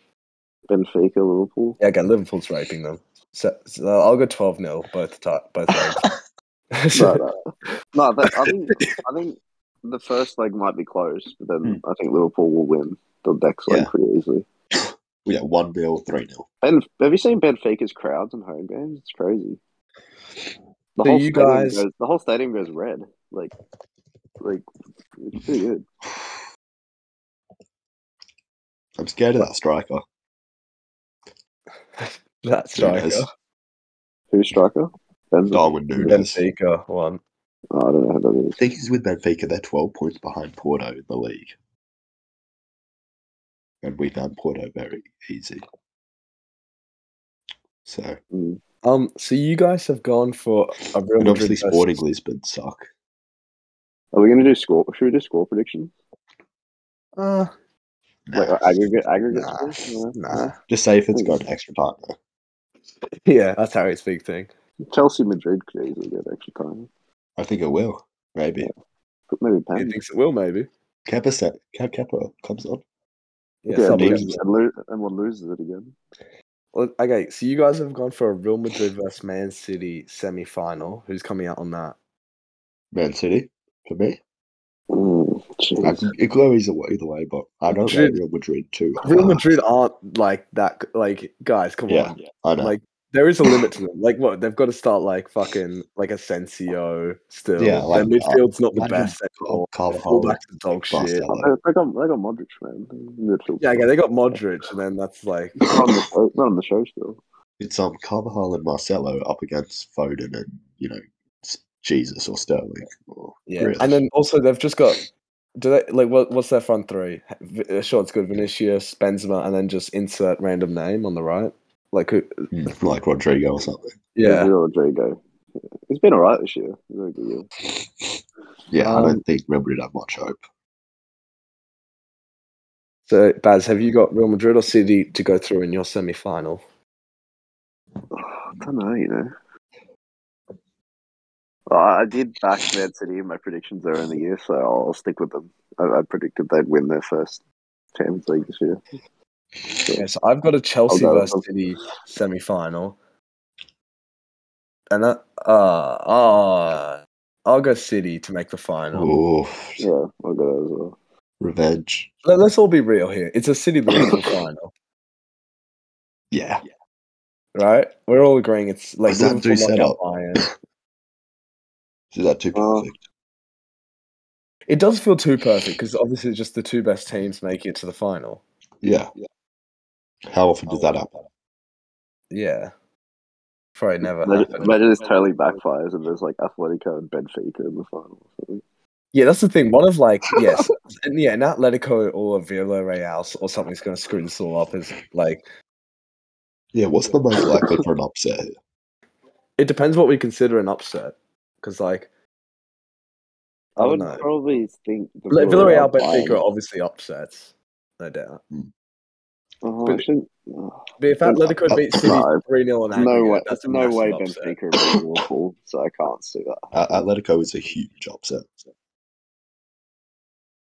Speaker 3: Benfica,
Speaker 1: [LAUGHS]
Speaker 3: Liverpool.
Speaker 1: Yeah, again, Liverpool's raping them. So, so I'll go twelve 0 both ti both [LAUGHS] legs.
Speaker 3: No, no, no. But I think I think the first leg might be close, but then
Speaker 1: Hmm.
Speaker 3: I think Liverpool will win the next leg
Speaker 2: Yeah.
Speaker 3: pretty easily.
Speaker 2: Yeah, one nil, three nil.
Speaker 3: Ben, have you seen Benfica's crowds in home games? It's crazy. The
Speaker 1: So
Speaker 3: whole
Speaker 1: you
Speaker 3: stadium
Speaker 1: guys-
Speaker 3: goes, the whole stadium goes red. Like, like it's pretty good.
Speaker 2: I'm scared of that striker.
Speaker 1: That's striker.
Speaker 2: Nunes.
Speaker 3: Who's striker? Benzema.
Speaker 2: Darwin Nunes. I
Speaker 1: Benfica one.
Speaker 3: Oh, I don't know who that is.
Speaker 2: think he's with Benfica. They're 12 points behind Porto in the league. And we found Porto very easy. So,
Speaker 3: Mm.
Speaker 1: Um, so you guys have gone for a Real
Speaker 2: and
Speaker 1: Madrid
Speaker 2: obviously,
Speaker 1: versus-
Speaker 2: Sporting Lisbon suck.
Speaker 3: Are we gonna do score? Should we do score predictions?
Speaker 1: Uh,
Speaker 3: Like
Speaker 2: Nah.
Speaker 3: uh, aggregate, aggregate.
Speaker 1: nah,
Speaker 3: scores? No.
Speaker 1: nah.
Speaker 2: Just say if it's got an extra time. though.
Speaker 1: [LAUGHS] Yeah, that's Harry's big thing.
Speaker 3: Chelsea, Madrid could easily get extra time.
Speaker 2: I think it will. Maybe.
Speaker 3: But maybe
Speaker 1: He
Speaker 3: Pam.
Speaker 1: thinks it will maybe.
Speaker 2: Kepa, set, Ke- Kepa comes on.
Speaker 1: Yeah.
Speaker 3: Yeah,
Speaker 1: some-
Speaker 2: maybe.
Speaker 3: loses, and, lo- and one loses it again.
Speaker 1: Well, Okay, so you guys have gone for a Real Madrid versus Man City semi final. Who's coming out on that?
Speaker 2: Man City, for me.
Speaker 3: Mm,
Speaker 2: I
Speaker 3: jeez.
Speaker 2: can, it could go either way, either way, but I don't
Speaker 1: Madrid-
Speaker 2: rate Real Madrid too.
Speaker 1: Real
Speaker 2: hard.
Speaker 1: Madrid aren't like that. Like, guys, come
Speaker 2: Uh, Yeah,
Speaker 1: on.
Speaker 2: I know.
Speaker 1: Like, there is a limit to them. Like, what they've got to start like fucking like Asensio. Still,
Speaker 2: Yeah, like,
Speaker 1: their
Speaker 2: uh,
Speaker 1: midfield's not the
Speaker 2: like,
Speaker 1: best.
Speaker 2: Car-
Speaker 1: anymore.
Speaker 2: Oh, Carvajal,
Speaker 1: Fullbacks are dog shit.
Speaker 2: Barcelona.
Speaker 3: They, they got they got Modric, man. Midfield.
Speaker 1: Yeah, okay, they got Modric, and then that's like
Speaker 3: He's not on the show, not on the show still.
Speaker 2: It's um Carvajal and Marcelo up against Foden and you know S- Jesus or Sterling or
Speaker 1: yeah,
Speaker 2: Grealish.
Speaker 1: and then also they've just got. Do they like what? What's their front three? V- uh, Sure, it's good. Vinicius, Benzema, and then just insert random name on the right. Like who?
Speaker 2: Mm, like Rodrigo or something.
Speaker 1: Yeah,
Speaker 3: Gabriel Rodrigo. He's been alright this year. He's had a good year.
Speaker 2: Yeah, I
Speaker 1: Um,
Speaker 2: don't think Real Madrid have much hope.
Speaker 1: So, Baz, have you got Real Madrid or City to go through in your semi final?
Speaker 3: I don't know, you know. Well, I did back Man City in my predictions earlier in the year, so I'll, I'll stick with them. I, I predicted they'd win their first Champions League this year.
Speaker 1: Yes, I've got a Chelsea
Speaker 3: I'll go-
Speaker 1: versus City semi final. And that, uh, uh, I'll go City to make the final.
Speaker 2: Oh,
Speaker 3: Yeah, I'll go that as well.
Speaker 2: revenge.
Speaker 1: Let, us all be real here. It's a City Liverpool final,
Speaker 2: Yeah,
Speaker 1: right? We're all agreeing it's like
Speaker 2: Does that do
Speaker 1: Liverpool knock out
Speaker 2: setup?
Speaker 1: Bayern.
Speaker 2: is that too
Speaker 3: Uh,
Speaker 2: perfect?
Speaker 1: It does feel too perfect because obviously just the two best teams make it to the final.
Speaker 2: yeah. How often does that happen?
Speaker 1: Yeah.
Speaker 5: Probably never
Speaker 3: Imagine,
Speaker 1: uh,
Speaker 5: happened.
Speaker 3: imagine this totally backfires and there's like Atletico and Benfica in the final. Or something.
Speaker 1: Yeah, that's the thing. One of
Speaker 3: [LAUGHS]
Speaker 1: like yes, and yeah, an Atletico or a Villarreal or something's going to screw this all up. Is like
Speaker 2: Yeah, what's the most likely for an upset? here?
Speaker 1: it depends what we consider an upset, because like I,
Speaker 3: I
Speaker 1: don't
Speaker 3: would
Speaker 1: know.
Speaker 3: probably think the
Speaker 1: Like, Villarreal, Benfica
Speaker 3: Bayern.
Speaker 1: are obviously upsets, no doubt.
Speaker 3: Oh, I
Speaker 1: But-
Speaker 3: shouldn't- oh,
Speaker 1: But if Atletico beat City
Speaker 3: No.
Speaker 1: three 0 on
Speaker 3: no way,
Speaker 1: aggregate, that's a
Speaker 3: no way,
Speaker 1: massive upset.
Speaker 3: Benfica are being awful, so I can't see that.
Speaker 2: A- Atletico is a huge upset.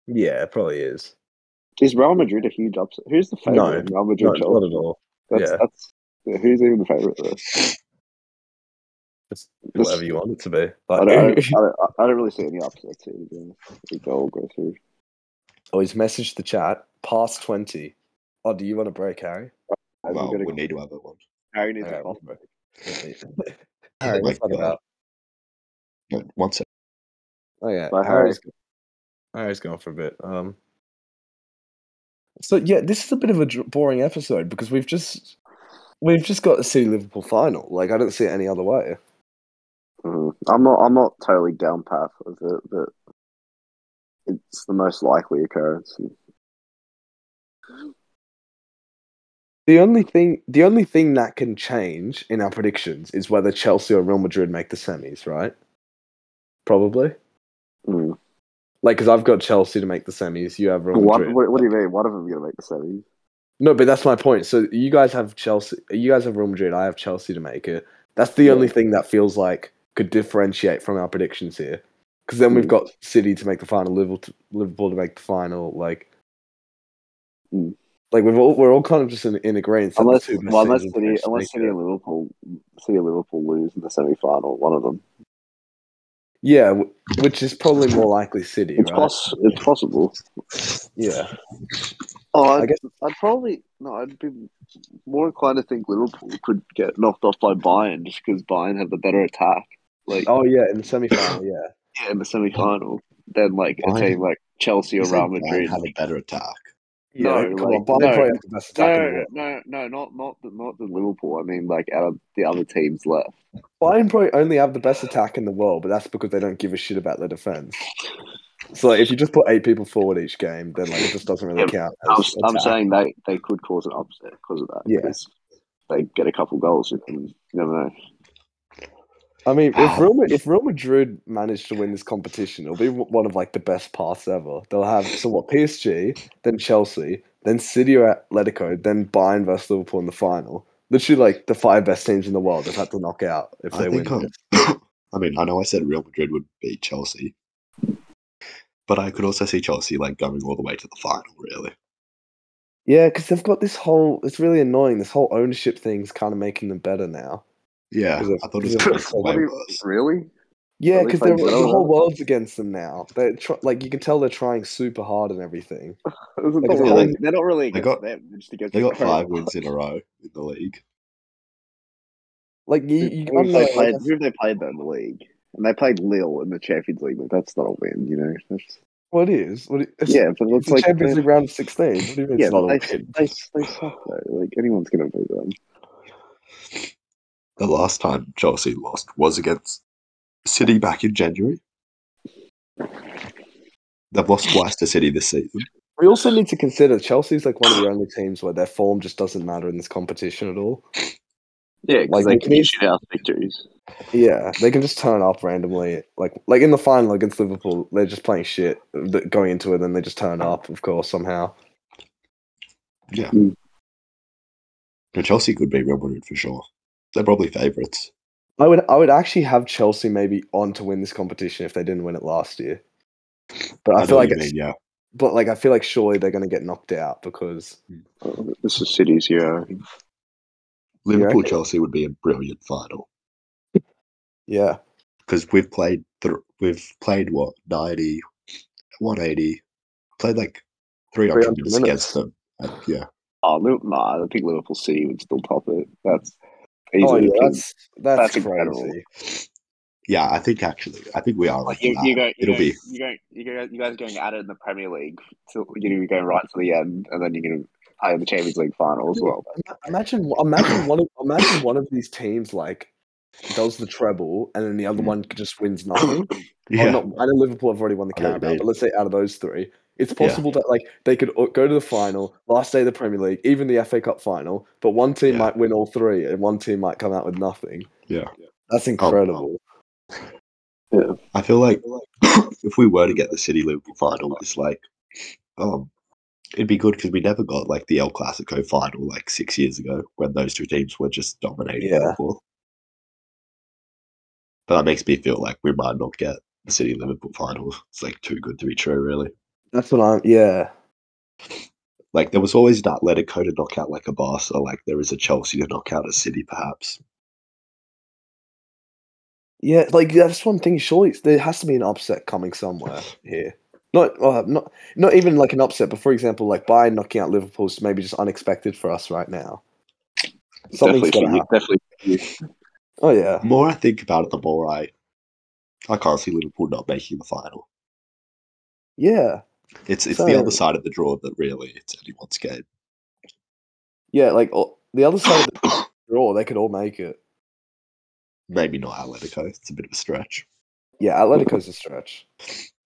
Speaker 1: Yeah, it probably is.
Speaker 3: Is Real Madrid a huge upset? Who's the favorite?
Speaker 1: No,
Speaker 3: in Real
Speaker 1: No,
Speaker 3: Madrid.
Speaker 1: not at
Speaker 3: Chelsea?
Speaker 1: all.
Speaker 3: That's,
Speaker 1: yeah.
Speaker 3: that's yeah, who's even the favorite? There?
Speaker 1: Just
Speaker 3: This-
Speaker 1: whatever you want it to be.
Speaker 3: I
Speaker 1: Like,
Speaker 3: don't, I,
Speaker 1: [LAUGHS]
Speaker 3: don't, I, don't, I don't really see any upsets here. To be honest. I think they'll all go through.
Speaker 1: oh, he's messaged the chat past twenty. Oh, do you want a break, Harry?
Speaker 3: Harry,
Speaker 2: Well,
Speaker 3: we gotta-
Speaker 2: we need to have it one.
Speaker 3: Harry needs
Speaker 1: Okay,
Speaker 3: to-
Speaker 1: I'll break. Harry, [LAUGHS]
Speaker 2: Oh my
Speaker 1: what's that
Speaker 2: God.
Speaker 1: about?
Speaker 2: No, one sec.
Speaker 1: Oh yeah,
Speaker 3: Bye,
Speaker 1: Harry's Harry's gone for a bit. Um, so yeah, this is a bit of a dr- boring episode because we've just we've just got the City Liverpool final. Like I don't see it any other way.
Speaker 3: Mhm. I'm not. I'm not totally down path of it, but it's the most likely occurrence.
Speaker 1: The only thing the only thing that can change in our predictions is whether Chelsea or Real Madrid make the semis, right? Probably.
Speaker 3: Mm.
Speaker 1: Like, because I've got Chelsea to make the semis, you have Real
Speaker 3: One,
Speaker 1: Madrid.
Speaker 3: what, what do you mean? One of them gonna make the semis?
Speaker 1: No, but that's my point. So you guys have Chelsea, you guys have Real Madrid, I have Chelsea to make it. That's the only thing that feels like could differentiate from our predictions here. Because then we've
Speaker 3: Mm.
Speaker 1: got City to make the final, Liverpool to, Liverpool to make the final. Like,
Speaker 3: Mm.
Speaker 1: like we've all, we're all kind of just in, in agreement. that the
Speaker 3: Unless,
Speaker 1: two best
Speaker 3: well, unless
Speaker 1: teams will
Speaker 3: City,
Speaker 1: potentially
Speaker 3: unless
Speaker 1: make
Speaker 3: City
Speaker 1: it.
Speaker 3: and Liverpool, City and Liverpool lose in the semi-final, one of them.
Speaker 1: yeah, w- which is probably more likely City,
Speaker 3: It's
Speaker 1: right?
Speaker 3: poss- It's possible.
Speaker 1: Yeah,
Speaker 3: Oh,
Speaker 1: I
Speaker 3: I'd,
Speaker 1: guess
Speaker 3: I'd probably no. I'd be more inclined to think Liverpool could get knocked off by Bayern just because Bayern have the better attack. Like
Speaker 1: Oh yeah, in the semi-final. Yeah,
Speaker 3: yeah, in the semi-final, than like a
Speaker 2: Bayern-
Speaker 3: team like Chelsea or
Speaker 2: You said
Speaker 3: Real
Speaker 2: Bayern
Speaker 3: Madrid.
Speaker 2: have a better attack.
Speaker 1: yeah.
Speaker 3: No,
Speaker 1: come on,
Speaker 3: like,
Speaker 1: Bayern
Speaker 3: no.
Speaker 1: probably have the best attack in the
Speaker 3: No,
Speaker 1: world.
Speaker 3: no, no, not not the, not the Liverpool. I mean, like out of the other teams left.
Speaker 1: Bayern probably only have the best attack in the world, but that's because they don't give a shit about their defense. So like, if you just put eight people forward each game, then like it just doesn't really
Speaker 3: Yeah,
Speaker 1: count.
Speaker 3: I'm,
Speaker 1: As
Speaker 3: I'm
Speaker 1: attack.
Speaker 3: saying they, they could cause an upset because of that.
Speaker 1: Yeah.
Speaker 3: 'cause they get a couple goals. And you
Speaker 1: [LAUGHS]
Speaker 3: never know.
Speaker 1: I mean,
Speaker 3: Ah.
Speaker 1: if Real, Ma- if Real Madrid manage to win this competition, it'll be one of like the best paths ever. They'll have so what PSG, then Chelsea, then City or Atletico, then Bayern versus Liverpool in the final. Literally, like the five best teams in the world have had to knock out if
Speaker 2: I
Speaker 1: they win.
Speaker 2: think I'm- [COUGHS]
Speaker 1: this.
Speaker 2: I mean, I know I said Real Madrid would beat Chelsea, but I could also see Chelsea like going all the way to the final. Really,
Speaker 1: Yeah, because they've got this whole. It's really annoying. This whole ownership thing's kind of making them better now.
Speaker 2: yeah,
Speaker 1: Because
Speaker 2: I thought
Speaker 1: of-
Speaker 2: it was going to
Speaker 1: What
Speaker 2: way worse.
Speaker 3: Really?
Speaker 1: Yeah,
Speaker 3: At
Speaker 1: because
Speaker 3: least they
Speaker 1: the
Speaker 3: did all
Speaker 1: whole
Speaker 3: that.
Speaker 1: world's against them now. They're tr- like you can tell they're trying super hard and everything. Like,
Speaker 3: Isn't that
Speaker 1: yeah,
Speaker 3: really-
Speaker 2: they-
Speaker 3: they're not really
Speaker 2: they
Speaker 3: against
Speaker 2: got-
Speaker 3: them. they're Just against
Speaker 2: They got
Speaker 3: their
Speaker 2: five
Speaker 3: own.
Speaker 2: wins in a row in the league.
Speaker 1: Like you,
Speaker 3: Who,
Speaker 1: you
Speaker 3: who
Speaker 1: I
Speaker 3: have
Speaker 1: don't
Speaker 3: they
Speaker 1: know,
Speaker 3: played?
Speaker 1: like,
Speaker 3: Who have they played though in the league? And they played Lille in the Champions League. But that's not a win, you know. That's,
Speaker 1: what is? What it- [LAUGHS] it's,
Speaker 3: yeah, but
Speaker 1: it's
Speaker 3: it's
Speaker 1: the
Speaker 3: like
Speaker 1: Champions
Speaker 3: they-
Speaker 1: League round of sixteen. What do you mean
Speaker 3: yeah,
Speaker 1: it's
Speaker 3: but
Speaker 1: not a
Speaker 3: they,
Speaker 1: win?
Speaker 3: they, they suck though. Like anyone's gonna beat them.
Speaker 2: The last time Chelsea lost was against City back in January. They've lost twice to City this season.
Speaker 1: We also need to consider Chelsea's like one of the only teams where their form just doesn't matter in this competition at all.
Speaker 3: Yeah,
Speaker 1: 'cause Like, they you can can- issue
Speaker 3: out victories.
Speaker 1: Yeah, they can just turn up randomly. Like like in the final against Liverpool, they're just playing shit th- going into it, and they just turn up, of course, somehow.
Speaker 2: Yeah,
Speaker 3: Mm.
Speaker 2: Now, Chelsea could be Real Madrid for sure. They're probably favourites.
Speaker 1: I would I would actually have Chelsea maybe on to win this competition if they didn't win it last year. But I,
Speaker 2: I, know
Speaker 1: feel
Speaker 2: what
Speaker 1: like
Speaker 2: you
Speaker 1: it's,
Speaker 2: mean. Yeah,
Speaker 1: but like I feel like surely they're going to get knocked out because
Speaker 3: Oh, This is City's hero.
Speaker 2: Liverpool
Speaker 1: reckon?
Speaker 2: Chelsea would be a brilliant final.
Speaker 1: yeah,
Speaker 2: because we've played th- we've played what 90 180 played like 300,
Speaker 1: 300
Speaker 2: minutes
Speaker 1: minutes.
Speaker 2: against them Like, yeah
Speaker 3: Oh, Liv- nah, I think Liverpool City would still top it. That's
Speaker 1: oh
Speaker 3: easily.
Speaker 1: yeah, that's that's,
Speaker 3: That's incredible.
Speaker 1: crazy.
Speaker 2: yeah i think actually i think we are
Speaker 3: Like
Speaker 2: like
Speaker 3: you, you go, you
Speaker 2: Ah, it'll
Speaker 3: go,
Speaker 2: be
Speaker 3: you go, you go, you guys going at it in the Premier League. So you're going to be going right to the end, and then you're going to play in the Champions League final as well.
Speaker 1: Ima- Imagine imagine one of imagine one of these teams like does the treble, and then the other one just wins nothing.
Speaker 2: Mm. [COUGHS] Yeah.
Speaker 1: Oh, not, I know Liverpool have already won the
Speaker 2: I know what you
Speaker 1: Carabao,
Speaker 2: mean.
Speaker 1: but let's say out of those three, it's
Speaker 2: Yeah.
Speaker 1: possible that like they could o- go to the final, last day of the Premier League, even the FA Cup final, but one team
Speaker 2: Yeah.
Speaker 1: might win all three, and one team might come out with nothing.
Speaker 2: Yeah. Oh,
Speaker 1: that's incredible.
Speaker 2: I feel like [COUGHS] if we were to get the City Liverpool final, it's like, um, it'd be good because we never got like the El Clasico final like six years ago when those two teams were just dominating
Speaker 1: Yeah.
Speaker 2: Liverpool. But that makes me feel like we might not get the City Liverpool final. It's like too good to be true, really.
Speaker 1: That's what I'm. Yeah,
Speaker 2: Like there was always an Atletico to knock out like a Barca, like there is a Chelsea to knock out a City, perhaps.
Speaker 1: yeah. Like that's one thing. Surely it's- there has to be an upset coming somewhere here. Not, uh, not, not even like an upset, but for example, like Bayern knocking out Liverpool's maybe just unexpected for us right now. Something's
Speaker 3: Definitely,
Speaker 1: gonna
Speaker 3: for you,
Speaker 1: happen.
Speaker 3: definitely.
Speaker 1: Oh yeah,
Speaker 2: The more I think about it, the more I, I can't see Liverpool not making the final.
Speaker 1: yeah.
Speaker 2: It's it's the other
Speaker 1: So-
Speaker 2: side of the draw that really it's anyone's game.
Speaker 1: Yeah, like all, the other side of the draw, they could all make it.
Speaker 2: Maybe not Atletico. It's a bit of a stretch,
Speaker 1: Yeah, Atletico's a stretch.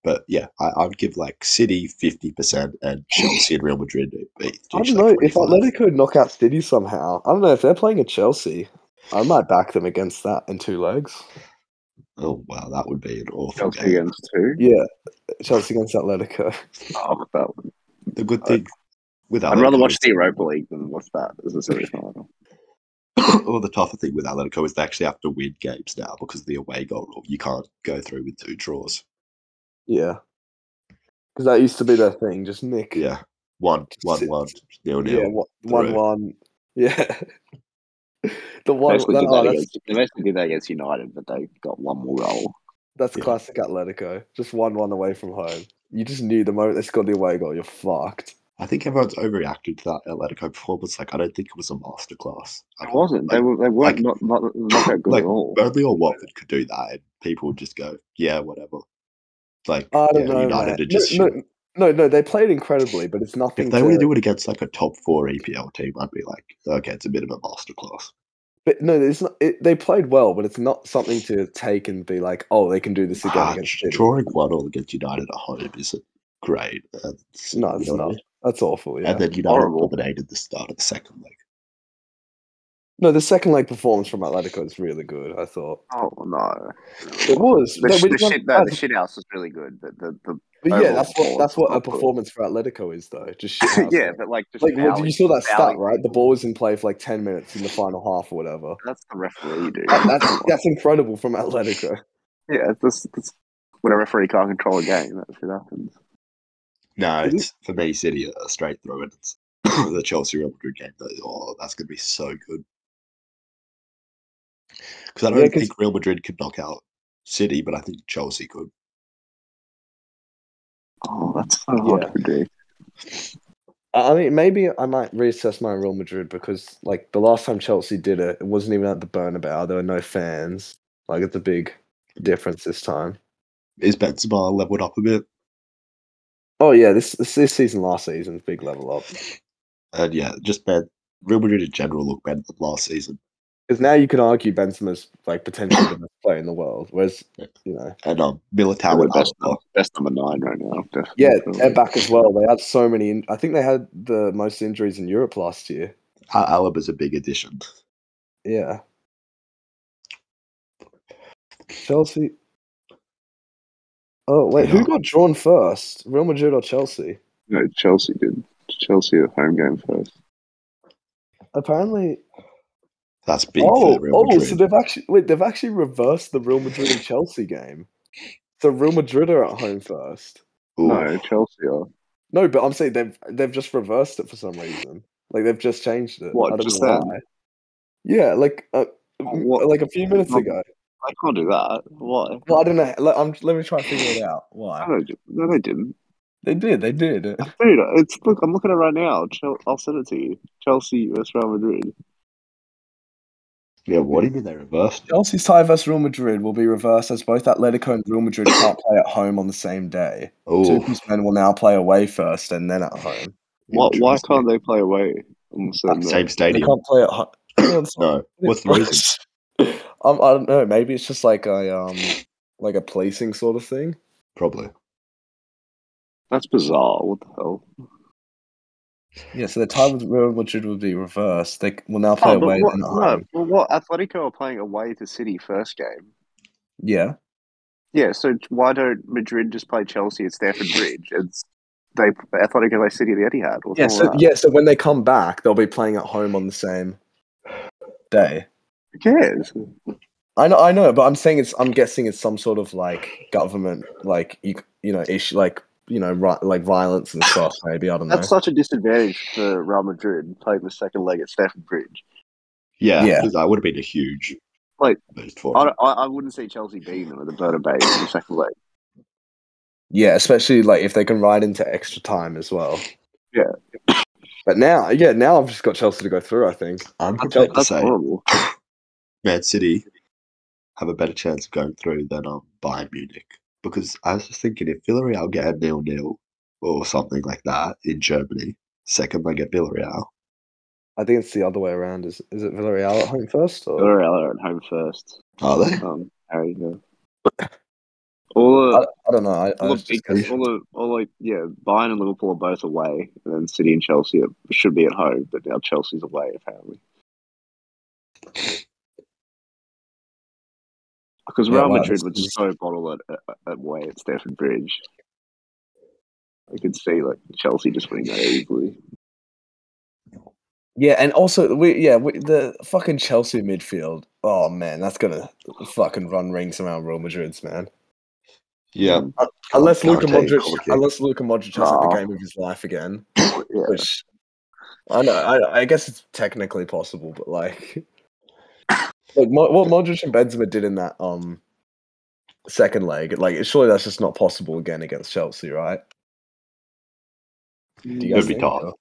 Speaker 2: but yeah, I, I would give like City fifty percent
Speaker 1: [SIGHS]
Speaker 2: and Chelsea and Real Madrid. Each,
Speaker 1: I
Speaker 2: each,
Speaker 1: don't
Speaker 2: like,
Speaker 1: know if
Speaker 2: 25.
Speaker 1: Atletico knock out City somehow. I don't know if they're playing at Chelsea. I might back them against that in two legs.
Speaker 2: Oh wow, that would be an awful
Speaker 3: Chelsea
Speaker 2: game.
Speaker 3: against two.
Speaker 1: Yeah, Chelsea against Atletico. [LAUGHS]
Speaker 3: Oh, but that one.
Speaker 2: The good thing with
Speaker 3: I'd rather
Speaker 2: Atletico
Speaker 3: watch
Speaker 2: is-
Speaker 3: the Europa League than watch that as a semi-final.
Speaker 2: [COUGHS] or the tougher thing with Atletico is they actually have to win games now because of the away goal rule. You can't go through with two draws.
Speaker 1: Yeah, because that used to be their thing. Just nick.
Speaker 2: Yeah, one, one, one, nil, nil.
Speaker 1: yeah, one, one,
Speaker 2: through.
Speaker 1: one. [LAUGHS] Yeah. the
Speaker 3: They
Speaker 1: one.
Speaker 3: basically,
Speaker 1: that-
Speaker 3: did
Speaker 1: oh,
Speaker 3: that
Speaker 1: that's
Speaker 3: against, they basically did that against United, but they got one more goal.
Speaker 1: that's
Speaker 2: Yeah.
Speaker 1: classic Atletico. Just one, one away from home. You just knew the moment they scored the away goal, you're fucked.
Speaker 2: I think everyone's overreacted to that Atletico performance. Like, I don't think it was a masterclass. I
Speaker 3: It
Speaker 2: don't-
Speaker 3: wasn't.
Speaker 2: like,
Speaker 3: They were. They weren't
Speaker 2: like-
Speaker 3: not, not not that good
Speaker 2: like,
Speaker 3: at all.
Speaker 2: only on Watford could do that, and people would just go, "Yeah, whatever." Like,
Speaker 1: I don't
Speaker 2: yeah,
Speaker 1: know.
Speaker 2: United
Speaker 1: man.
Speaker 2: are just
Speaker 1: no,
Speaker 2: shit.
Speaker 1: no, no, no, they played incredibly, but it's nothing.
Speaker 2: if they
Speaker 1: to,
Speaker 2: were to do it against like a top four EPL team, I'd be like, "Okay, it's a bit of a masterclass."
Speaker 1: But no, it's not. It, they played well, but it's not something to take and be like, oh, they can do this again
Speaker 2: Ah,
Speaker 1: against
Speaker 2: d-
Speaker 1: City.
Speaker 2: drawing one all against United at home isn't great. Uh, it's-
Speaker 1: No,
Speaker 2: you
Speaker 1: it's
Speaker 2: know what I
Speaker 1: not.
Speaker 2: mean?
Speaker 1: That's awful. Yeah.
Speaker 2: And then United
Speaker 3: Horrible.
Speaker 2: dominated the start of the second leg.
Speaker 1: no, the second leg performance from Atletico is really good. I thought
Speaker 3: Oh no!
Speaker 1: it was.
Speaker 3: The,
Speaker 1: no,
Speaker 3: sh-
Speaker 1: we
Speaker 3: the
Speaker 1: didn't have-
Speaker 3: shit, no, the
Speaker 1: that's-
Speaker 3: shit house is really good, but the, the
Speaker 1: but yeah,
Speaker 3: overall
Speaker 1: that's what that's what a
Speaker 3: performance was not good.
Speaker 1: performance for Atletico is though.
Speaker 3: [LAUGHS]
Speaker 1: Just shit. house.
Speaker 3: yeah, but like just
Speaker 1: Like well,
Speaker 3: fouling-
Speaker 1: you saw that stat,
Speaker 3: fouling
Speaker 1: right? The
Speaker 3: people.
Speaker 1: ball was in play for like ten minutes in the final half or whatever.
Speaker 3: That's the referee, dude.
Speaker 1: That-
Speaker 3: [LAUGHS]
Speaker 1: that's that's incredible from Atletico.
Speaker 3: yeah, that's, that's when a referee can't control a game. That shit happens.
Speaker 2: No,
Speaker 1: Is it-
Speaker 2: it's for me, City are straight through, and it's [CLEARS THROAT] the Chelsea Real Madrid game. That, oh, that's going to be so good. Because I don't
Speaker 1: Yeah, 'cause-
Speaker 2: think Real Madrid could knock out City, but I think Chelsea could.
Speaker 3: Oh, that's so hard
Speaker 1: Yeah.
Speaker 3: to predict.
Speaker 1: I I mean, maybe I might reassess my Real Madrid because, like, the last time Chelsea did it, it wasn't even at the Bernabeu. There were no fans. Like, it's a big difference this time.
Speaker 2: Is Benzema leveled up a bit?
Speaker 1: Oh yeah, this this, this season, last season's big level up
Speaker 2: And yeah, just Ben. Real Madrid in general look better than last season,
Speaker 1: because now you can argue Benzema's like potentially the best player in the world, whereas
Speaker 2: Yeah.
Speaker 1: you know,
Speaker 2: and um, Militao
Speaker 3: They're
Speaker 2: and
Speaker 3: the best,
Speaker 2: Alaba.
Speaker 3: best number nine right now. Definitely.
Speaker 1: yeah, they're back as well. They had so many. In- I think they had the most injuries in Europe last year.
Speaker 2: Al- Alaba's a big addition.
Speaker 1: Yeah, Chelsea. Oh wait, who got drawn first? Real Madrid or Chelsea?
Speaker 3: No, Chelsea did. Chelsea at home game first.
Speaker 1: Apparently,
Speaker 2: That's big
Speaker 1: oh,
Speaker 2: for Real
Speaker 1: oh,
Speaker 2: Madrid.
Speaker 1: so they've actually wait, they've actually reversed the Real Madrid and Chelsea game. So Real Madrid are at home first.
Speaker 2: Ooh,
Speaker 3: No, Chelsea are.
Speaker 1: No, but I'm saying they've they've just reversed it for some reason. Like they've just changed it.
Speaker 3: What,
Speaker 1: I don't
Speaker 3: just
Speaker 1: know
Speaker 3: then?
Speaker 1: why. Yeah, like uh, m-
Speaker 3: what-
Speaker 1: like a few minutes
Speaker 3: not-
Speaker 1: ago.
Speaker 3: I can't do that. Why?
Speaker 1: Well, I don't know. Let, I'm, let me try and figure it out. Why
Speaker 3: No, they didn't. no, they didn't.
Speaker 1: they did? They did.
Speaker 3: Dude, it's look. I'm looking at it right now. Chel- I'll send it to you. Chelsea versus Real Madrid.
Speaker 2: yeah. What do you mean they reversed? it?
Speaker 1: Chelsea's tie versus Real Madrid will be reversed as both Atletico and Real Madrid can't play at home on the same day.
Speaker 2: Oh,
Speaker 1: Tuchel's men will now play away first and then at home.
Speaker 3: Why, why
Speaker 2: interesting.
Speaker 3: can't they play away? on the same
Speaker 2: Same
Speaker 1: They [CLEARS THROAT]
Speaker 2: stadium.
Speaker 1: can't play at home.
Speaker 2: No. What's the reason?
Speaker 1: I [LAUGHS] Um, I don't know. Maybe it's just like a um, like a policing sort of thing.
Speaker 2: Probably.
Speaker 3: That's bizarre. What the hell?
Speaker 1: Yeah. So the time with Real Madrid would be reversed. They c- will now play away
Speaker 3: Oh, what,
Speaker 1: than at
Speaker 3: no,
Speaker 1: home.
Speaker 3: well, what Atletico are playing away to City first game.
Speaker 1: Yeah.
Speaker 3: Yeah, so why don't Madrid just play Chelsea at [LAUGHS] Stamford Bridge? It's they Atletico play City at the Etihad. Or
Speaker 1: Yeah.
Speaker 3: something
Speaker 1: So
Speaker 3: like
Speaker 1: yeah. So when they come back, they'll be playing at home on the same day.
Speaker 3: that. Who cares?
Speaker 1: I know. I know. But I'm saying it's. I'm guessing it's some sort of like government, like you, you know, issue, like you know, right, like violence and stuff. Maybe I don't know.
Speaker 3: That's such a disadvantage for Real Madrid playing the second leg at Stamford Bridge.
Speaker 2: Yeah,
Speaker 1: Yeah.
Speaker 2: because that would have been a huge
Speaker 3: Like,
Speaker 2: boost for
Speaker 3: I,
Speaker 2: him.
Speaker 3: don't- I, I wouldn't see Chelsea beating them at the Bernabeu in the second leg.
Speaker 1: Yeah, especially like if they can ride into extra time as well.
Speaker 3: Yeah.
Speaker 1: But now, yeah, now I've just got Chelsea to go through. I think.
Speaker 2: I'm
Speaker 3: That's,
Speaker 2: prepared to
Speaker 3: that's
Speaker 2: say
Speaker 3: horrible.
Speaker 2: Man City have a better chance of going through than um, Bayern Munich because I was just thinking if Villarreal get a nil nil or something like that in Germany, second leg at Villarreal.
Speaker 1: I think it's the other way around. Is is it Villarreal at home first? Or?
Speaker 3: Villarreal are at home first.
Speaker 2: Are they?
Speaker 3: Um, Harry, yeah. All
Speaker 1: I,
Speaker 3: the,
Speaker 1: I don't know. I, I
Speaker 3: all
Speaker 1: was
Speaker 3: the,
Speaker 1: just
Speaker 3: big- all the, all the, yeah, Bayern and Liverpool are both away, and then City and Chelsea are, should be at home, but now Chelsea's away apparently. Because
Speaker 1: Yeah,
Speaker 3: Real
Speaker 1: wow,
Speaker 3: Madrid
Speaker 1: that's
Speaker 3: would
Speaker 1: crazy.
Speaker 3: so bottle it at, at way at Stamford Bridge. I could see like Chelsea just winning that easily.
Speaker 1: yeah, and also we yeah we, the fucking Chelsea midfield. Oh man, that's gonna fucking run rings around Real Madrid's man.
Speaker 2: Yeah.
Speaker 1: Mm. Unless Luka
Speaker 2: Kante,
Speaker 1: Modric,
Speaker 2: Oh, Kovacic.
Speaker 1: unless Luka Modric has like,
Speaker 3: Aw.
Speaker 1: the game of his life again,
Speaker 3: Yeah.
Speaker 1: which I know. I, I guess it's technically possible, but
Speaker 2: [LAUGHS]
Speaker 1: like, like Mo- what Modric and Benzema did in that um second leg, like surely that's just not possible again against Chelsea, right? Do you
Speaker 2: It'd
Speaker 1: guys
Speaker 2: be
Speaker 1: think?
Speaker 2: tough.
Speaker 1: or-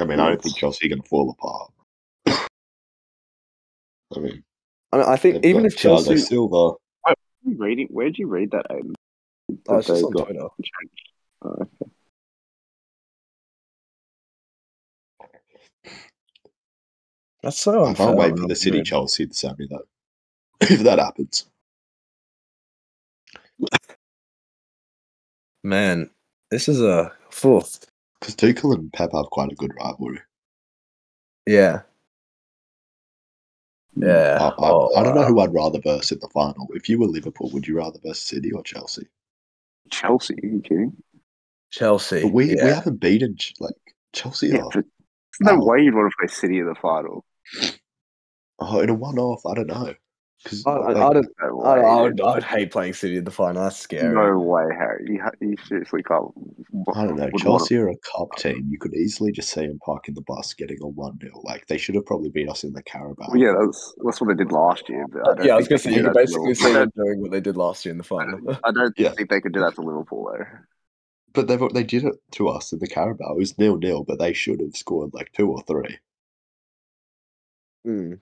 Speaker 2: I mean, I don't think Chelsea are going to fall apart. I mean,
Speaker 1: I, mean, I think
Speaker 2: they've
Speaker 1: E- even
Speaker 2: got
Speaker 1: if Chelsea,
Speaker 2: Thiago Silva,
Speaker 3: You Reading, where'd you read that? Aiden?
Speaker 1: oh, it's just
Speaker 3: They've
Speaker 1: on
Speaker 3: got-
Speaker 1: Twitter. That's so
Speaker 2: I
Speaker 1: unfair.
Speaker 2: can't wait
Speaker 1: on
Speaker 2: for the
Speaker 1: Real
Speaker 2: City
Speaker 1: Madrid.
Speaker 2: Chelsea to semi though. [LAUGHS] if that happens,
Speaker 1: Man, this is a fourth.
Speaker 2: because Tuchel and Pep have quite a good rivalry.
Speaker 1: Yeah, yeah.
Speaker 2: Hmm. I, I,
Speaker 1: Oh,
Speaker 2: I don't know
Speaker 1: wow.
Speaker 2: who I'd rather verse in the final. If you were Liverpool, would you rather verse City or Chelsea?
Speaker 3: Chelsea? Are you kidding?
Speaker 1: Chelsea.
Speaker 2: But we
Speaker 1: yeah.
Speaker 2: we haven't beaten Ch- like Chelsea.
Speaker 3: Yeah,
Speaker 2: are-
Speaker 3: but there's no
Speaker 2: Oh.
Speaker 3: way you'd want to play City in the final.
Speaker 2: oh, in a one-off, I don't know. Because
Speaker 1: I, I, I, don't,
Speaker 3: [LAUGHS] No
Speaker 1: I,
Speaker 3: way.
Speaker 1: don't, I,
Speaker 2: Oh,
Speaker 1: would,
Speaker 3: dude.
Speaker 1: I would hate playing City in the final. That's scary.
Speaker 3: no way, Harry. You, ha- you seriously can't.
Speaker 2: I don't know.
Speaker 3: would
Speaker 2: Chelsea are a cup team. You could easily just see them parking the bus, getting a one 0 Like they should have probably beat us in the Carabao.
Speaker 3: Wanna, well, yeah, that's that's what they did last year. But I don't
Speaker 1: yeah, I was
Speaker 3: think
Speaker 1: gonna
Speaker 3: they
Speaker 1: say
Speaker 3: can
Speaker 1: you
Speaker 3: do
Speaker 1: could basically
Speaker 3: that Hmm. to Liverpool.
Speaker 1: see them doing what they did last year in the final. [LAUGHS]
Speaker 3: I don't
Speaker 2: Yeah.
Speaker 3: think they could do that to Liverpool though.
Speaker 2: But they they did it to us in the Carabao. It was nil nil, but they should have scored like two or three.
Speaker 1: Hmm.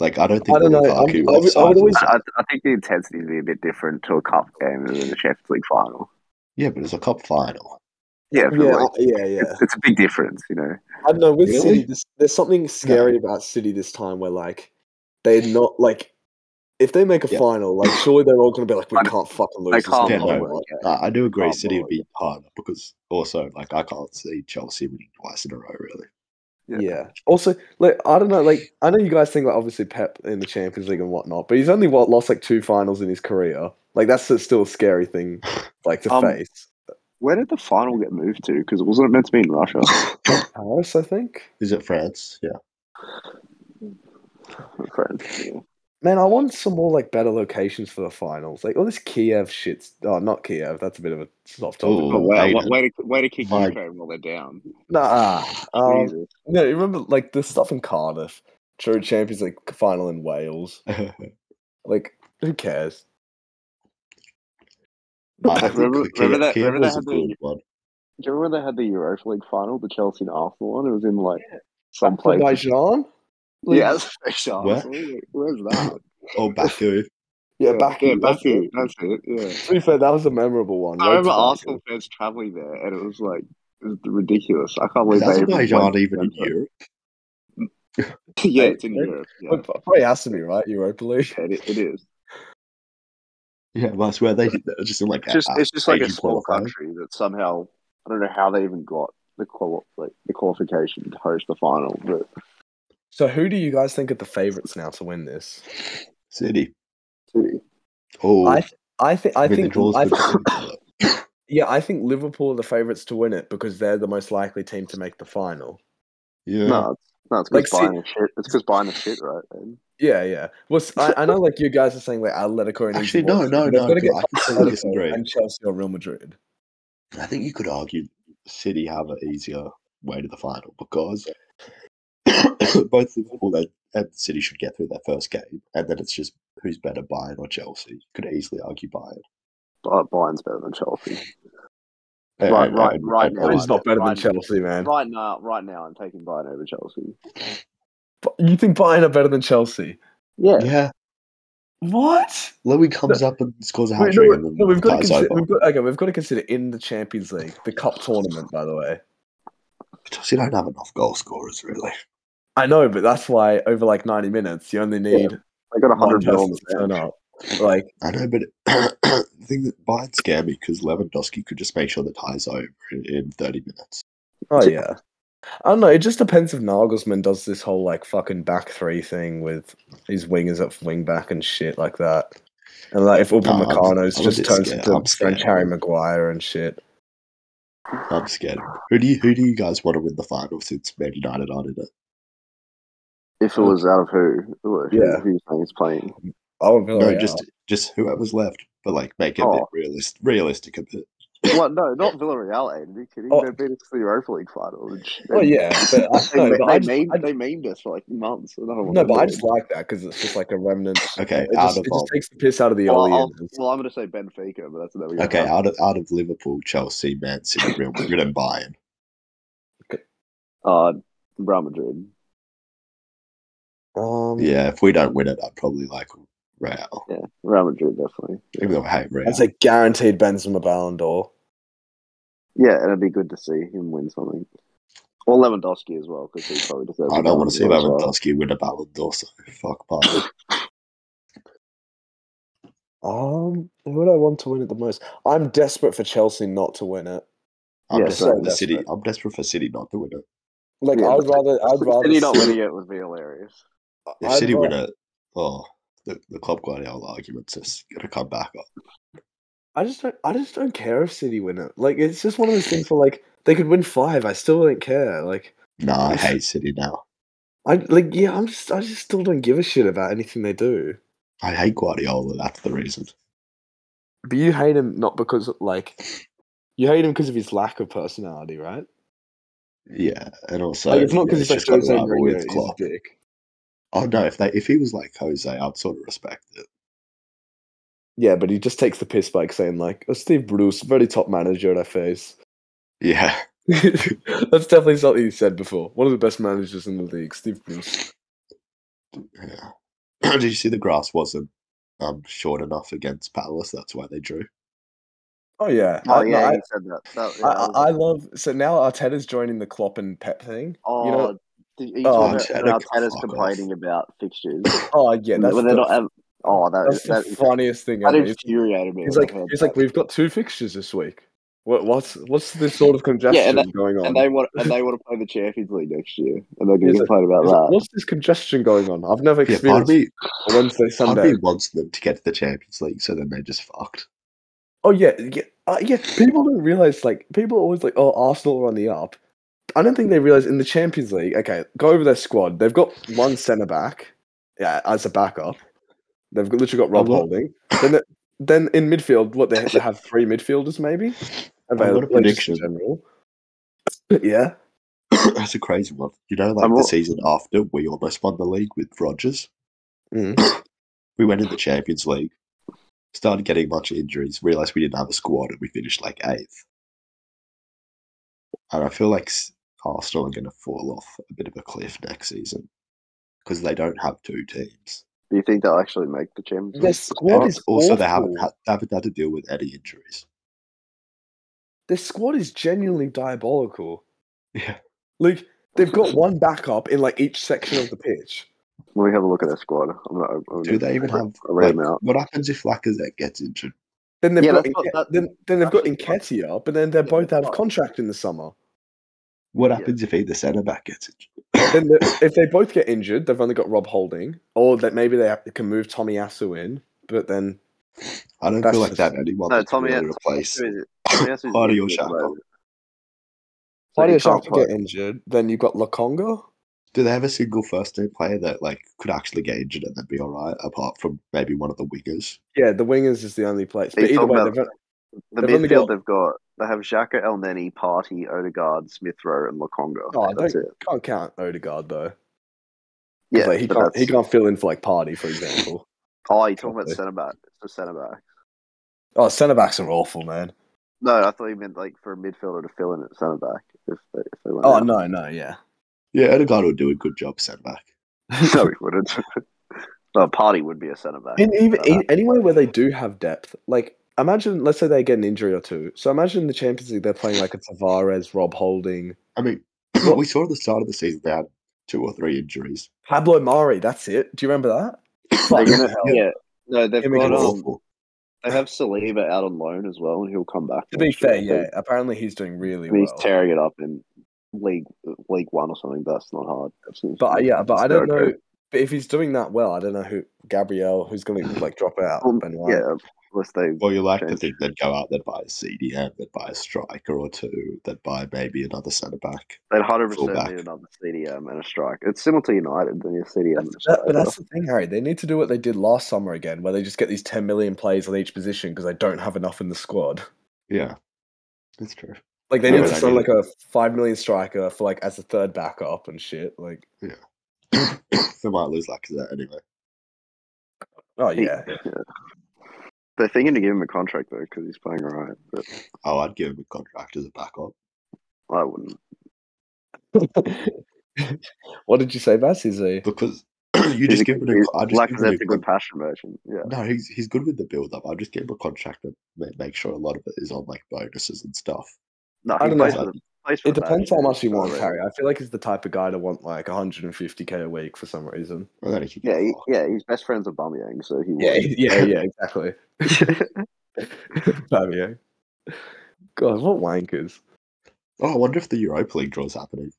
Speaker 2: Like I don't
Speaker 1: I
Speaker 2: think
Speaker 1: don't know. I'm-
Speaker 2: Lukaku
Speaker 1: I would- I would
Speaker 2: offsides
Speaker 1: always-
Speaker 2: was-
Speaker 3: I, I think the intensity would be a bit different to a cup game than a Champions League final.
Speaker 2: Yeah, but it's a cup final.
Speaker 3: Yeah, but
Speaker 1: Yeah,
Speaker 3: like,
Speaker 1: I- yeah, yeah.
Speaker 3: It's, it's a big difference, you know.
Speaker 1: I don't know. With
Speaker 2: Really?
Speaker 1: City, this, there's something scary about City this time, where like they're not like if they make a
Speaker 2: Yeah.
Speaker 1: final, like surely they're all going to be like, we
Speaker 3: I don't-
Speaker 1: can't fucking
Speaker 3: They
Speaker 1: lose. this
Speaker 3: can't
Speaker 2: Yeah,
Speaker 1: game."
Speaker 2: no,
Speaker 3: blow it. Yeah.
Speaker 2: Uh, I, I do agree.
Speaker 3: Oh,
Speaker 2: City would
Speaker 3: boy.
Speaker 2: be harder because also like I can't see Chelsea winning twice in a row. Really,
Speaker 1: yeah.
Speaker 3: Yeah.
Speaker 1: Also, like I don't know. Like I know you guys think like obviously Pep in the Champions League and whatnot, but he's only what lost like two finals in his career. Like that's still a scary
Speaker 3: [LAUGHS]
Speaker 1: thing, like to
Speaker 3: Um,
Speaker 1: face.
Speaker 3: Where did the final get moved to? Because it wasn't meant to be
Speaker 2: [LAUGHS]
Speaker 3: in Russia. [LAUGHS]
Speaker 1: Paris, I think.
Speaker 2: is it France? Yeah, [LAUGHS]
Speaker 3: France.
Speaker 2: Oh,
Speaker 3: Yeah.
Speaker 1: Man, I want some more like better locations for the finals. Like all this Kiev shit. Oh, not Kiev. That's a bit of a soft topic.
Speaker 2: Ooh.
Speaker 3: Oh, wow.
Speaker 2: Aiden.
Speaker 3: Wa- Way to, way to kick
Speaker 2: My-
Speaker 3: Ukraine while they're down.
Speaker 1: Nah. Um,
Speaker 3: Jesus.
Speaker 1: no, you remember like the stuff in Cardiff, true Champions League final in Wales.
Speaker 2: I,
Speaker 1: Like, who cares?
Speaker 2: I think
Speaker 3: Remember-
Speaker 2: Kiev,
Speaker 3: remember that-
Speaker 2: Kiev
Speaker 3: remember
Speaker 2: was
Speaker 3: that
Speaker 2: a
Speaker 3: had the-
Speaker 2: good one.
Speaker 3: Do you remember when they had the Europa League final, the Chelsea and Arsenal one? It was in like some place.
Speaker 1: Azerbaijan? Like,
Speaker 3: Yeah, [LAUGHS] that's Russia.
Speaker 2: Where?
Speaker 3: Where? Where's that? [LAUGHS]
Speaker 2: Oh, Baku.
Speaker 1: yeah, Baku.
Speaker 3: Yeah,
Speaker 1: that's it.
Speaker 3: Baku. That's it. Yeah.
Speaker 1: To be fair, that was a memorable one.
Speaker 3: I
Speaker 1: Road
Speaker 3: remember
Speaker 1: to Baku.
Speaker 3: Arsenal fans traveling there, and it was like it was ridiculous. I can't believe
Speaker 2: Is
Speaker 3: they even.
Speaker 2: Azerbaijan
Speaker 3: went
Speaker 2: even in
Speaker 3: to
Speaker 2: Europe?
Speaker 3: yeah, it's in
Speaker 1: Okay.
Speaker 3: Europe. Yeah,
Speaker 1: Look, probably has to be right. Europa League. [LAUGHS]
Speaker 3: it, i- it is.
Speaker 2: Yeah, well, I swear they they're just in like
Speaker 3: It's just
Speaker 2: uh,
Speaker 3: it's just like a
Speaker 2: 80
Speaker 3: small
Speaker 2: qualifying.
Speaker 3: country that somehow I don't know how they even got the qual like the qualification to host the final, but
Speaker 1: So, who do you guys think are the favorites now to win this?
Speaker 2: City.
Speaker 3: City.
Speaker 2: Oh,
Speaker 1: I, th- I think, I
Speaker 2: mean, the
Speaker 1: think,
Speaker 2: draws
Speaker 1: I
Speaker 2: good
Speaker 1: think-
Speaker 2: for them,
Speaker 1: [COUGHS]
Speaker 2: but
Speaker 1: yeah, I think Liverpool are the favorites to win it because they're the most likely team to make the final.
Speaker 2: yeah.
Speaker 3: No, it's, no, it's
Speaker 1: Like,
Speaker 3: because buying a shit. It's because buying a shit, right? man?
Speaker 1: Yeah, yeah. Well, s- I, I know, like you guys are saying, like Atletico and
Speaker 2: Actually, no, no,
Speaker 1: They've
Speaker 2: no.
Speaker 1: got to
Speaker 2: Because
Speaker 1: get
Speaker 2: I completely
Speaker 1: Atletico
Speaker 2: disagree.
Speaker 1: and Chelsea or Real Madrid.
Speaker 2: I think you could argue City have an easier way to the final because [COUGHS] both Liverpool and- and City should get through their first game, and then it's just who's better, Bayern or Chelsea. You could easily argue Bayern.
Speaker 3: Buy- Bayern's better than Chelsea.
Speaker 2: And-
Speaker 3: Right,
Speaker 2: and-
Speaker 3: right,
Speaker 2: eh, and-
Speaker 3: right
Speaker 2: and
Speaker 3: now.
Speaker 2: Bayern.
Speaker 1: It's not better than
Speaker 3: Right.
Speaker 1: Chelsea, man.
Speaker 3: Right now, right now, I'm taking Bayern over Chelsea.
Speaker 1: But You think Bayern are better than Chelsea?
Speaker 3: Yeah,
Speaker 2: Yeah,
Speaker 1: What?
Speaker 2: Louis comes up and scores a
Speaker 1: Wait,
Speaker 2: hat
Speaker 1: no,
Speaker 2: trick,
Speaker 1: wait,
Speaker 2: and then
Speaker 1: no, we've got to
Speaker 2: ties
Speaker 1: consider.
Speaker 2: over.
Speaker 1: We've got, okay, we've got to consider in the Champions League, the cup tournament. By the way,
Speaker 2: Chelsea don't have enough goal scorers, really.
Speaker 1: I know, but that's why over like ninety minutes, you only need
Speaker 3: they got
Speaker 1: one
Speaker 3: hundred
Speaker 1: person
Speaker 3: mil.
Speaker 1: to turn up. Like,
Speaker 2: I know, but [COUGHS] the thing that Bayern scare me because Lewandowski could just make sure the tie's over in, in 30 minutes.
Speaker 1: oh yeah, I don't know. It just depends if Nagelsmann does this whole like fucking back three thing with his wingers up for wing back and shit like that, and like if
Speaker 2: Nah, I'm-
Speaker 1: Upamecano's
Speaker 2: I'm a
Speaker 1: just
Speaker 2: bit
Speaker 1: turns
Speaker 2: scared.
Speaker 1: into
Speaker 2: I'm scared.
Speaker 1: French Harry Maguire and shit.
Speaker 2: I'm scared. Who do you who do you guys want to win the final since Man United aren't in it?
Speaker 3: If it was out of who, who
Speaker 1: Yeah.
Speaker 3: who's playing? Is playing?
Speaker 1: Oh, no,
Speaker 2: no, just just whoever's left, but like make it a bit
Speaker 3: Oh.
Speaker 2: realist, realistic a bit.
Speaker 3: What? No, not Villarreal. Aiden. Are you kidding?
Speaker 1: Oh.
Speaker 3: They beat us to the Europa League final. and sh-
Speaker 1: oh yeah, but
Speaker 2: [LAUGHS]
Speaker 1: I,
Speaker 3: They,
Speaker 1: no,
Speaker 3: ma-
Speaker 1: but
Speaker 3: they,
Speaker 1: I just,
Speaker 3: maimed,
Speaker 1: I-
Speaker 3: they maimed us for like months. and I don't
Speaker 1: No,
Speaker 3: wanna
Speaker 1: but I
Speaker 3: do
Speaker 1: just
Speaker 3: it.
Speaker 1: like that because it's just like a remnant.
Speaker 2: Okay,
Speaker 1: It
Speaker 2: out
Speaker 1: just,
Speaker 2: of
Speaker 1: it just
Speaker 2: um,
Speaker 1: takes the piss out of the
Speaker 3: Well,
Speaker 1: early.
Speaker 3: I'll-
Speaker 1: innings.
Speaker 3: well, I'm going to say Benfica, but that's never going to
Speaker 2: okay,
Speaker 3: happen.
Speaker 2: out of out of Liverpool, Chelsea, Man City, Real Madrid,
Speaker 1: [LAUGHS]
Speaker 2: and Bayern.
Speaker 3: Uh, Real Madrid.
Speaker 1: Um,
Speaker 2: Yeah, if we don't win it, I'd probably like Real.
Speaker 3: Yeah, Real Madrid definitely.
Speaker 2: Even though I hate Real,
Speaker 1: that's a guaranteed Benzema Ballon d'Or.
Speaker 3: Yeah, and it'd be good to see him win something. Or Lewandowski as well, because he probably deserves.
Speaker 2: I
Speaker 3: a
Speaker 2: don't want to see
Speaker 3: Ballon d'Or as well.
Speaker 2: Lewandowski win a Ballon d'Or. So fuck Bayern.
Speaker 1: Um, who would I want to win it the most? I'm desperate for Chelsea not to win it.
Speaker 2: I'm
Speaker 3: Yeah,
Speaker 2: desperate
Speaker 1: so
Speaker 2: for the City.
Speaker 1: desperate.
Speaker 2: I'm desperate for City not to win it.
Speaker 1: Like
Speaker 3: Yeah,
Speaker 1: I'd
Speaker 3: but-
Speaker 1: rather, I'd rather.
Speaker 3: City not
Speaker 1: see-
Speaker 3: winning it would be hilarious.
Speaker 2: If
Speaker 1: I'd
Speaker 2: City
Speaker 1: ra-
Speaker 2: win it, oh, the, the club Guardiola argument's just gonna come back up.
Speaker 1: I just don't. I just don't care if City win it. Like it's just one of those things where like they could win five. I still don't care. Like
Speaker 2: Nah, I hate City now.
Speaker 1: I like yeah. I'm just. I just still don't give a shit about anything they do.
Speaker 2: I hate Guardiola. That's the reason.
Speaker 1: But you hate him not because like you hate him because of his lack of personality, right?
Speaker 2: Yeah, and also
Speaker 1: like it's not
Speaker 2: yeah,
Speaker 1: because
Speaker 2: he's
Speaker 1: it's
Speaker 2: just
Speaker 1: like
Speaker 2: got
Speaker 1: Jose
Speaker 2: a rival
Speaker 1: Mourinho
Speaker 2: with
Speaker 1: is a
Speaker 2: Klopp.
Speaker 1: dick.
Speaker 2: Oh no, if they if he was like Jose, I'd sort of respect it.
Speaker 1: Yeah, but he just takes the piss by saying like, oh, "Steve Bruce, very top manager at FA's."
Speaker 2: Yeah,
Speaker 1: [LAUGHS] That's definitely something he said before. One of the best managers in the league, Steve Bruce.
Speaker 2: yeah. [CLEARS THROAT] Did you see the grass wasn't um short enough against Palace? That's why they drew.
Speaker 1: Oh yeah,
Speaker 3: Oh
Speaker 1: I, no,
Speaker 3: yeah,
Speaker 1: I,
Speaker 3: he said that. that, yeah,
Speaker 1: I,
Speaker 3: that was-
Speaker 1: I- I love. So now Arteta's joining the Klopp and Pep thing.
Speaker 3: oh,
Speaker 1: you know-
Speaker 3: did- are you
Speaker 1: Oh,
Speaker 3: talking
Speaker 2: Arteta,
Speaker 3: about
Speaker 2: fuck
Speaker 3: Arteta's
Speaker 2: off.
Speaker 3: complaining about fixtures?
Speaker 1: Oh yeah, that's
Speaker 3: Well,
Speaker 1: the,
Speaker 3: they're not, um, oh, that,
Speaker 1: that's
Speaker 3: that,
Speaker 1: the funniest thing
Speaker 3: that
Speaker 1: ever. He's,
Speaker 3: infuriated me.
Speaker 1: he's
Speaker 3: when I
Speaker 1: like,
Speaker 3: heard
Speaker 1: he's
Speaker 3: that.
Speaker 1: like, we've got two fixtures this week. What, what's what's this sort of congestion
Speaker 3: that-
Speaker 1: going on?
Speaker 3: and they want and they want to play the Champions League next year, and they're going
Speaker 1: He's
Speaker 3: to
Speaker 1: like-
Speaker 3: complain about
Speaker 1: He's like,
Speaker 3: that.
Speaker 1: What's this congestion going on? I've never
Speaker 2: Yeah, part of
Speaker 1: experienced
Speaker 2: me,
Speaker 1: a Wednesday
Speaker 2: part of
Speaker 1: Sunday.
Speaker 2: me wants them to get to the Champions League, so then they just fucked.
Speaker 1: Oh yeah, yeah, uh, yeah. People don't realize like people are always like, oh, Arsenal are on the up. I don't think they realize in the Champions League. Okay, go over their squad. They've got one centre back, yeah, as a backup. They've got, literally got Rob
Speaker 2: I'm not-
Speaker 1: Holding. Then, they- then in midfield, what they, they have three midfielders
Speaker 2: [LAUGHS]
Speaker 1: maybe available. like, just in
Speaker 2: Oh, prediction.
Speaker 1: general. Yeah.
Speaker 2: That's a crazy one. You know, like
Speaker 3: I'm
Speaker 2: the
Speaker 3: all-
Speaker 2: season after we almost won the league with Rodgers.
Speaker 1: Mm.
Speaker 2: [COUGHS] We went in the Champions League, started getting a bunch of injuries, realized we didn't have a squad, and we finished like eighth. And I feel like s- Arsenal are going to fall off a bit of a cliff next season because they don't have two teams.
Speaker 3: Do you think they'll actually make the Champions League?
Speaker 1: Their squad
Speaker 2: And
Speaker 1: is
Speaker 2: also,
Speaker 1: awful.
Speaker 2: they haven't had, they haven't had to deal with any injuries.
Speaker 1: Their squad is genuinely diabolical.
Speaker 2: Yeah.
Speaker 1: Like They've got one backup in like each section of the pitch.
Speaker 3: Let me have a look at their squad. I'm not, I'm
Speaker 2: Do they even have?
Speaker 3: I read
Speaker 2: Like,
Speaker 3: them out.
Speaker 2: what happens if Lacazette gets injured?
Speaker 1: Then they've
Speaker 3: Yeah,
Speaker 1: got
Speaker 3: that's what-
Speaker 1: Enke-
Speaker 3: that-
Speaker 1: then, then they've got
Speaker 3: that's what-
Speaker 1: Enketia, but then they're
Speaker 3: Yeah,
Speaker 1: both out of
Speaker 3: but-
Speaker 1: contract in the summer.
Speaker 2: What
Speaker 3: Yeah.
Speaker 2: happens if either centre back gets injured?
Speaker 1: Then the, if they both get injured, they've only got Rob Holding, or that maybe they have, can move Tommy Asu in. But then
Speaker 2: I don't
Speaker 1: That's
Speaker 2: feel like
Speaker 1: just-
Speaker 2: that anyone
Speaker 3: No,
Speaker 2: that can
Speaker 3: Tommy
Speaker 2: really
Speaker 3: Asu-
Speaker 1: [COUGHS]
Speaker 2: replace.
Speaker 3: Who is it? Tommy Asu's
Speaker 2: Hardy
Speaker 3: injured
Speaker 2: or
Speaker 3: at the
Speaker 2: Shaka?
Speaker 3: moment. So he
Speaker 1: Claudio
Speaker 3: can't
Speaker 1: Shaka
Speaker 3: play.
Speaker 1: get injured, then you've got Lakonga.
Speaker 2: Do they have a single first team player that like could actually get injured and then be all right, apart from maybe one of the wingers?
Speaker 1: Yeah, the wingers is the only place.
Speaker 3: Are you
Speaker 1: But either
Speaker 3: talking
Speaker 1: way,
Speaker 3: about-
Speaker 1: they've,
Speaker 3: The
Speaker 1: They've only
Speaker 3: midfield
Speaker 1: got-
Speaker 3: they've got they have Xhaka, Elneny, Party, Odegaard, Smith Rowe, and Lokonga.
Speaker 1: Oh,
Speaker 3: that's it.
Speaker 1: can't count Odegaard though. 'Cause,
Speaker 3: Yeah,
Speaker 1: like, he
Speaker 3: but
Speaker 1: can't he
Speaker 3: that's-
Speaker 1: can't fill in for like party, for example.
Speaker 3: Oh, you're talking about
Speaker 1: Okay.
Speaker 3: centre back. It's a centre back.
Speaker 1: Oh, centre backs are awful, man.
Speaker 3: No, I thought you meant like for a midfielder to fill in at centre back if they if they went.
Speaker 1: Oh
Speaker 3: out.
Speaker 1: no, no, yeah. [LAUGHS]
Speaker 2: Yeah, Odegaard would do a good job centre back.
Speaker 3: [LAUGHS] no, he wouldn't. no, Party would be a uh, centre back.
Speaker 1: And even
Speaker 3: Centre back.
Speaker 1: a- anywhere where they do have depth, like imagine, let's say they get an injury or two. So imagine in the Champions League they're playing like a Tavares, Rob Holding,
Speaker 2: I mean, [CLEARS THROAT] we saw at the start of the season they had two or three injuries.
Speaker 1: Pablo Mari. That's it. Do you remember that? Fuck.
Speaker 3: They're gonna- yeah. No,
Speaker 1: Him
Speaker 3: they've
Speaker 2: They
Speaker 1: But,
Speaker 3: got
Speaker 2: were
Speaker 1: against-
Speaker 3: um,
Speaker 2: awful.
Speaker 3: they have Saliba out on loan as well, and he'll come back.
Speaker 1: To be
Speaker 3: next year,
Speaker 1: fair,
Speaker 3: I
Speaker 1: yeah.
Speaker 3: think.
Speaker 1: Apparently he's doing really
Speaker 3: And he's
Speaker 1: well.
Speaker 3: tearing it up in league league one or something. But that's not hard. That's-
Speaker 1: But yeah, but I
Speaker 3: they're
Speaker 1: don't
Speaker 3: okay.
Speaker 1: know. But if he's doing that well, I don't know who Gabriel, who's
Speaker 3: [SIGHS]
Speaker 1: going to like drop out.
Speaker 3: Um,
Speaker 1: Ben White.
Speaker 3: yeah, unless they
Speaker 2: Well, you like to
Speaker 3: James-
Speaker 2: think they'd go out, they'd buy a CDM, they'd buy a striker or two, they'd buy maybe another centre back.
Speaker 3: they'd hundred percent
Speaker 2: Fullback.
Speaker 3: need another CDM and a strike. It's similar to United. They need a CDM and a
Speaker 1: That- but
Speaker 3: striker.
Speaker 1: that's the thing, Harry. They need to do what they did last summer again, where they just get these 10 million players on each position because they don't have enough in the squad.
Speaker 2: Yeah, that's true. [CLEARS THROAT]
Speaker 1: Like they
Speaker 2: Yeah,
Speaker 1: need to
Speaker 2: but I
Speaker 1: sign
Speaker 2: mean-
Speaker 1: like a five million striker for like as a third backup and shit. Like,
Speaker 2: they might lose Lacazette anyway.
Speaker 1: oh
Speaker 3: He-
Speaker 1: yeah,
Speaker 3: They're thinking to give him a contract though because he's playing alright. But
Speaker 2: Oh, I'd give him a contract as a backup.
Speaker 3: I wouldn't.
Speaker 1: what did you say, Bass? Is he?
Speaker 2: Because [CLEARS THROAT] you just
Speaker 3: He's a-
Speaker 2: give him a,
Speaker 3: he's-
Speaker 2: I just give him
Speaker 3: Lacazette's
Speaker 2: a
Speaker 3: a good passion merchant. Yeah,
Speaker 2: No, he's he's good with the build up. I'll just give him a contract and ma- make sure a lot of it is on like bonuses and stuff.
Speaker 3: no,
Speaker 1: I
Speaker 3: he
Speaker 1: don't know.
Speaker 3: plays for the- plays for
Speaker 1: It
Speaker 3: the
Speaker 1: depends how
Speaker 3: Badgers,
Speaker 1: much he
Speaker 3: so
Speaker 1: wants,
Speaker 3: I
Speaker 1: Harry.
Speaker 3: reckon-
Speaker 1: I feel like he's the type of guy to want like 150k a week for some reason.
Speaker 2: And then he can
Speaker 3: Yeah,
Speaker 2: get
Speaker 3: he,
Speaker 2: fucked.
Speaker 3: yeah, he's best friends with Bamiyang, so he
Speaker 1: Yeah,
Speaker 3: would.
Speaker 1: yeah, yeah, exactly. [LAUGHS] Fabio. God, what wankers.
Speaker 2: Oh, I wonder if the Europa League draw is happening.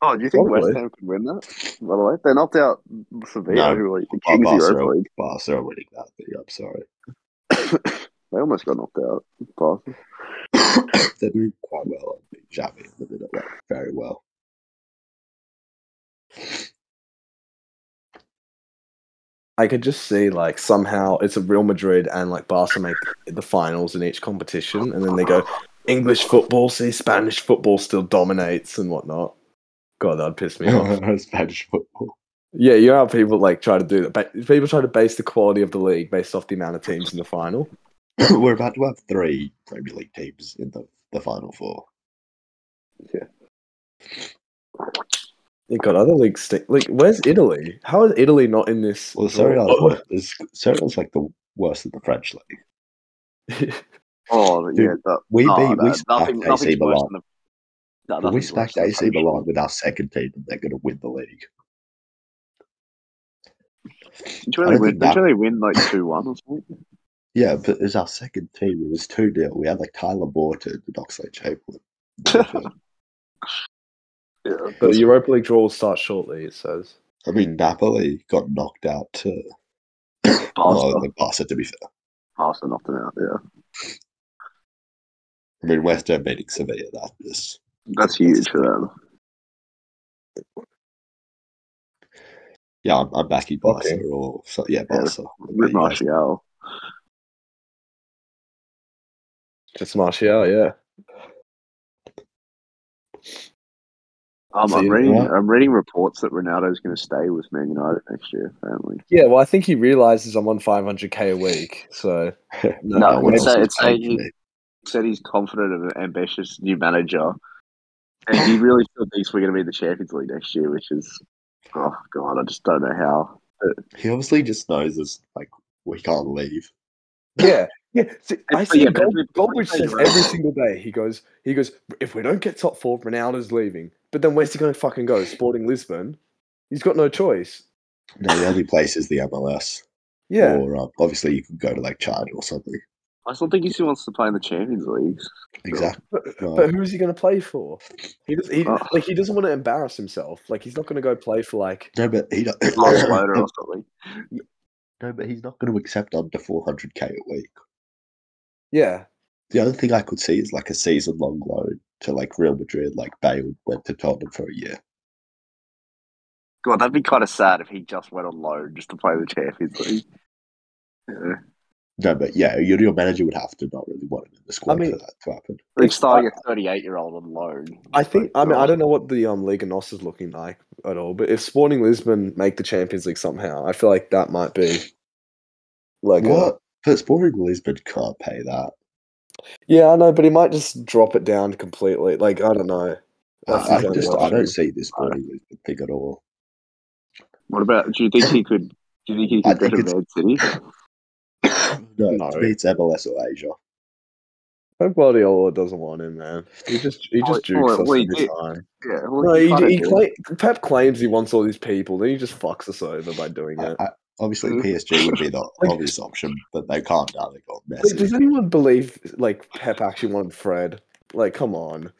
Speaker 3: oh, do you think
Speaker 1: Probably.
Speaker 3: West Ham could win that? By the way, they knocked out Sevilla,
Speaker 2: No.
Speaker 3: who are like the
Speaker 2: Bar-
Speaker 3: Kings of Europa
Speaker 2: Barcelona,
Speaker 3: League. [LAUGHS]
Speaker 2: Barcelona winning that league. I'm sorry, [COUGHS]
Speaker 3: They almost got knocked out. But
Speaker 2: they're doing quite well. I think Xavi at the minute, like, very well.
Speaker 1: I could just see like somehow it's a Real Madrid and like Barca make the finals in each competition, and then they go English football, see Spanish football still dominates and whatnot. God, that'd piss
Speaker 2: [LAUGHS]
Speaker 1: me off.
Speaker 2: Spanish football. [COUGHS]
Speaker 1: Yeah, you know how people like try to do that. But people try to base the quality of the league based off the amount of teams in the final.
Speaker 2: We're about to have three Premier League teams in the, the final four.
Speaker 1: Yeah, God, other leagues stink. Like, where's Italy? How is Italy not in this?
Speaker 2: Well, Serie
Speaker 1: draw? [LAUGHS]
Speaker 2: A's
Speaker 3: [COUGHS]
Speaker 2: wor- is Serie A's like the worst of the French league.
Speaker 3: oh, yeah, that,
Speaker 2: We
Speaker 3: oh,
Speaker 2: beat
Speaker 3: no,
Speaker 2: we smacked
Speaker 3: nothing,
Speaker 2: AC
Speaker 3: nothing's worse
Speaker 2: Milan.
Speaker 3: than the.
Speaker 2: But
Speaker 3: No,
Speaker 2: we
Speaker 3: nothing's worse
Speaker 2: smacked
Speaker 3: than the
Speaker 2: AC
Speaker 3: French league.
Speaker 2: Milan with our second team, and they're going to win the league.
Speaker 3: Did
Speaker 2: I
Speaker 3: you really
Speaker 2: don't
Speaker 3: win?
Speaker 2: think
Speaker 3: Did
Speaker 2: that-
Speaker 3: you really win like two one or something?
Speaker 2: Yeah, but it was our second team. It was 2 0. We had like Tyler Borton and Oxley Chamberlain. in the midfield.
Speaker 3: Yeah.
Speaker 1: the Europa League draw will start shortly. It says.
Speaker 2: I mean, Napoli got knocked out to
Speaker 3: Barca,
Speaker 2: oh, the Barca, to be fair.
Speaker 3: Barca knocked them out. Yeah,
Speaker 2: I mean, West Ham beating Sevilla. That is.
Speaker 3: that's huge for them.
Speaker 2: Yeah, I'm, I'm backing Barca
Speaker 1: Okay.
Speaker 2: or. So, yeah,
Speaker 3: Yeah.
Speaker 2: Barca.
Speaker 3: With
Speaker 2: Yeah,
Speaker 3: Martial,
Speaker 1: Just Martial, yeah.
Speaker 3: um,
Speaker 1: So
Speaker 3: I'm
Speaker 1: you-
Speaker 3: reading.
Speaker 2: Right.
Speaker 3: I'm reading reports that Ronaldo's going to stay with Man United next year. Apparently,
Speaker 1: Yeah, well, I think he realizes I'm on 500k a week, so
Speaker 2: No,
Speaker 3: No,
Speaker 2: one
Speaker 3: it's
Speaker 2: else
Speaker 3: a-
Speaker 2: is
Speaker 3: it's a-
Speaker 2: paying me.
Speaker 3: he said he's confident of an ambitious new manager, and he really still thinks we're going to be in the Champions League next year, which is, oh god, I just don't know how.
Speaker 2: He obviously just knows us, like, we can't leave.
Speaker 1: yeah. Yeah, see, I
Speaker 3: But
Speaker 1: see
Speaker 3: yeah, but
Speaker 1: Gold,
Speaker 3: if we-
Speaker 1: Goldbridge
Speaker 3: if we play
Speaker 1: says every
Speaker 3: Ronaldo-
Speaker 1: single day. He goes, he goes. If we don't get top four, Ronaldo's leaving. But then where's he going to fucking go? Sporting Lisbon. He's got no choice.
Speaker 2: No, the only place is the MLS.
Speaker 1: Yeah,
Speaker 2: Or um, obviously you could go to like China or something.
Speaker 3: I still think he still wants to play in the Champions League.
Speaker 2: Exactly.
Speaker 1: but,
Speaker 2: No.
Speaker 1: but who is he going to play for? He, does, he
Speaker 3: Oh.
Speaker 1: like he doesn't want to embarrass himself. Like he's not going to go play for like.
Speaker 2: No, but he don't-
Speaker 3: Last
Speaker 2: [COUGHS]
Speaker 3: loader or something.
Speaker 2: no, but he's not going to accept under 400k a week.
Speaker 1: Yeah,
Speaker 2: The only thing I could see is like a season long loan to like Real Madrid, like Bale went to Tottenham for a year.
Speaker 3: God, that'd be kind of sad if he just went on loan just to play the Champions League. Yeah.
Speaker 2: No, but yeah, your, your manager would have to not really want him in the squad
Speaker 1: mean-
Speaker 2: for that to happen.
Speaker 3: Like starting a 38 year old on loan.
Speaker 1: I think. I mean, I don't know what the um Liga Nos is looking like at all. But if Sporting Lisbon make the Champions League somehow, I feel like that might be like uh, a-
Speaker 2: What? But Sporting Lisbon can't pay that.
Speaker 1: yeah, I know, but he might just drop it down completely. Like I don't know. That's
Speaker 2: I,
Speaker 1: his
Speaker 2: I
Speaker 1: only
Speaker 2: just I
Speaker 1: option.
Speaker 2: don't see this Sporting Lisbon thing at all.
Speaker 3: What about? Do you think he could? Do you think he
Speaker 2: I
Speaker 3: could go
Speaker 2: think
Speaker 3: to
Speaker 2: it's-
Speaker 3: Man City?
Speaker 2: No,
Speaker 1: No.
Speaker 2: to me it's MLS or Asia.
Speaker 1: Pep Guardiola doesn't want him, man. He just he
Speaker 3: Oh,
Speaker 1: just
Speaker 3: oh,
Speaker 1: jukes us
Speaker 3: wait,
Speaker 1: every
Speaker 3: it-
Speaker 1: time.
Speaker 3: Yeah. Well,
Speaker 1: No, he,
Speaker 3: kinda
Speaker 1: he
Speaker 3: did.
Speaker 1: cla- Pep claims he wants all these people, then he just fucks us over by doing
Speaker 2: I-
Speaker 1: it.
Speaker 2: I, obviously,
Speaker 3: Mm.
Speaker 2: PSG would be the
Speaker 1: Mm-hmm. [LAUGHS] Like-
Speaker 2: obvious option, but they can't now. They got
Speaker 1: Like,
Speaker 2: Messi.
Speaker 1: does anyone believe like Pep actually wanted Fred? Like, come on.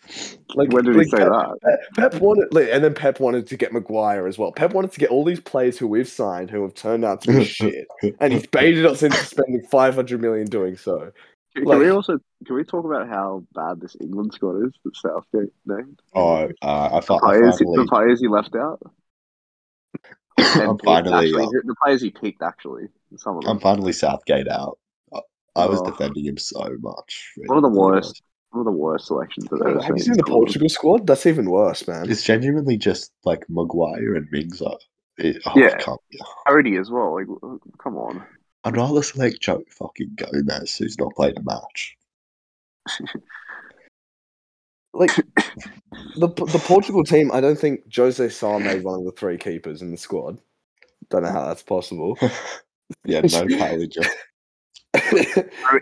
Speaker 1: Like,
Speaker 3: when did
Speaker 1: like,
Speaker 3: he say
Speaker 1: Pep,
Speaker 3: that?
Speaker 1: Pep wanted, like, and then Pep wanted to get Maguire as well. Pep wanted to get all these players who we've signed who have turned out to be shit, and he's baited us into spending five hundred million doing so.
Speaker 3: Can,
Speaker 1: like-
Speaker 3: we also can we talk about how bad this England squad is that Southgate named?
Speaker 2: Oh, uh, I, fi- I
Speaker 3: Players,
Speaker 2: finally,
Speaker 3: the players he left out. And
Speaker 2: I'm
Speaker 3: picked,
Speaker 2: finally,
Speaker 3: actually,
Speaker 2: um,
Speaker 3: the players he picked actually. Some of them.
Speaker 2: I'm finally Southgate out. I, I was
Speaker 3: Oh.
Speaker 2: defending him so much.
Speaker 3: One of the
Speaker 2: You know,
Speaker 3: worst. One of the worst selections I've ever
Speaker 1: Have you
Speaker 3: seen.
Speaker 1: seen the Portugal squad? That's even worse, man.
Speaker 2: It's genuinely just like Maguire and Mings up. It, oh,
Speaker 3: Yeah.
Speaker 2: I can't,
Speaker 3: Parody as well. Like, come on. [LAUGHS]
Speaker 2: I'd rather select Joe fucking Gomez, who's not played a match.
Speaker 3: [LAUGHS]
Speaker 1: Like the the Portugal team, I don't think Jose Sarr made one of the three keepers in the squad. Don't know how that's
Speaker 3: [LAUGHS]
Speaker 1: possible. [LAUGHS]
Speaker 2: Yeah, no Pallinger.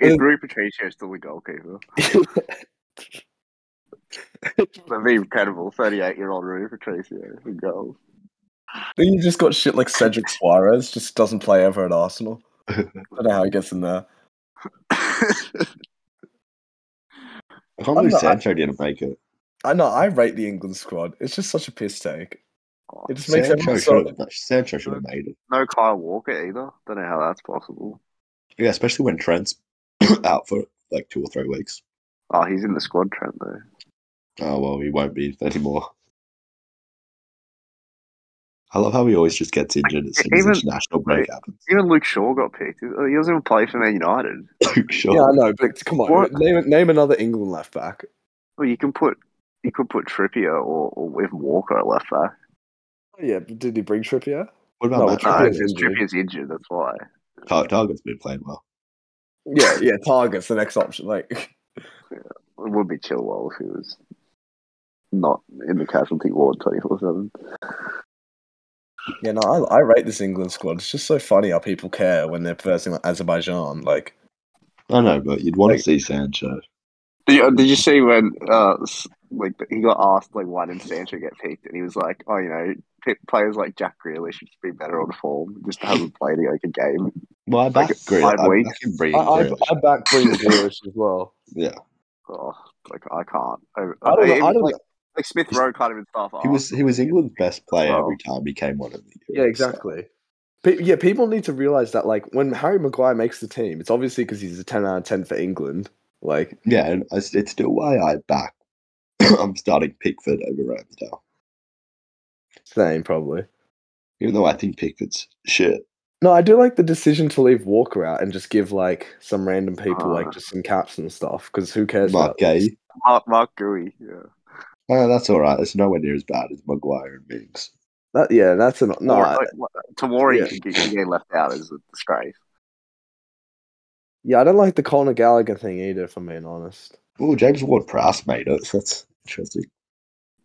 Speaker 3: Is Rui Patricio still the goalkeeper? That'd be incredible. 38 year old Rui Patricio
Speaker 1: [LAUGHS]
Speaker 3: for goals.
Speaker 1: Then you just got shit like Cedric Suarez just doesn't play ever at Arsenal. I don't know how he gets in there.
Speaker 2: I
Speaker 1: I'm
Speaker 2: can't believe
Speaker 1: not- I-
Speaker 2: Sancho didn't make it.
Speaker 1: I know I rate the England squad. It's just such a piss take. It just makes
Speaker 2: Sancho
Speaker 1: everyone so.
Speaker 2: should have Sancho should have made it.
Speaker 3: Oh, no Kyle Walker either. Don't know how that's possible.
Speaker 2: Yeah, especially when Trent's [CLEARS THROAT] out for like two or three weeks.
Speaker 3: Oh, he's in the squad, Trent, though.
Speaker 2: Oh well, he won't be anymore. I love how he always just gets injured as soon as
Speaker 3: Even-
Speaker 2: international break happens. [LAUGHS]
Speaker 3: Even Luke Shaw got picked. He doesn't even play for Man United.
Speaker 2: Luke Shaw.
Speaker 1: Yeah, I know, but come on,
Speaker 3: What?
Speaker 1: name name another England left back.
Speaker 3: Well, you can put you could put Trippier or, or even Walker at left back.
Speaker 1: Oh, yeah, but did he bring Trippier?
Speaker 2: What
Speaker 1: No, Trippier-
Speaker 2: about Matt
Speaker 3: No,
Speaker 2: Target?
Speaker 1: Trippier's
Speaker 3: because
Speaker 1: injured.
Speaker 3: Trippier's injured. That's why.
Speaker 2: Tar- Target's been playing well.
Speaker 1: Yeah, yeah, Target's the next option. Like, [LAUGHS]
Speaker 3: It would be Chilwell if he was not in the casualty ward twenty four seven.
Speaker 1: yeah, no, I, I rate this England squad. It's just so funny how people care when they're versing like Azerbaijan. Like,
Speaker 2: I know, but you'd want
Speaker 1: Like-
Speaker 2: to see Sancho.
Speaker 3: Did you, did you see when uh s- like he got asked like why didn't Sancho get picked and he was like, oh, you know, p- players like Jack Grealish should be better on form. Just hasn't played like a game.
Speaker 2: Well, I
Speaker 3: Like,
Speaker 2: back Grealish.
Speaker 3: five
Speaker 2: I back
Speaker 3: weeks.
Speaker 2: him bringing
Speaker 1: I, I,
Speaker 2: Grealish.
Speaker 1: I back bring Grealish as well.
Speaker 2: Yeah,
Speaker 3: Oh, like I can't. I,
Speaker 1: I don't know. I don't
Speaker 3: like,
Speaker 1: know.
Speaker 3: like Smith Rowe can't even start.
Speaker 2: he was he was England's best player
Speaker 3: Well.
Speaker 2: every time he came on. In the
Speaker 1: Yeah,
Speaker 2: Euros, so-
Speaker 1: exactly. Pe- yeah, people need to realize that like when Harry Maguire makes the team, it's obviously because he's a ten out of ten for England. Like,
Speaker 2: Yeah, and it's, it's still why I back. [CLEARS THROAT] I'm starting Pickford over Ramsdale,
Speaker 1: same probably.
Speaker 2: even though I think Pickford's shit.
Speaker 1: No, I do like the decision to leave Walker out and just give like some random people
Speaker 3: Ah.
Speaker 1: like just some caps and stuff because who cares
Speaker 2: Mark
Speaker 1: about this?
Speaker 2: Gay.
Speaker 3: Mark, Mark Gooey. Yeah.
Speaker 2: Oh, that's all right. It's nowhere near as bad as Maguire and Mings.
Speaker 1: That yeah, that's an no.
Speaker 3: Or,
Speaker 1: I-
Speaker 3: like, what- Tomori
Speaker 1: yeah.
Speaker 3: get- getting left out is a disgrace.
Speaker 1: yeah, I don't like the Conor Gallagher thing either. If I'm being honest,
Speaker 2: Oh, James Ward Prowse made it. That's interesting.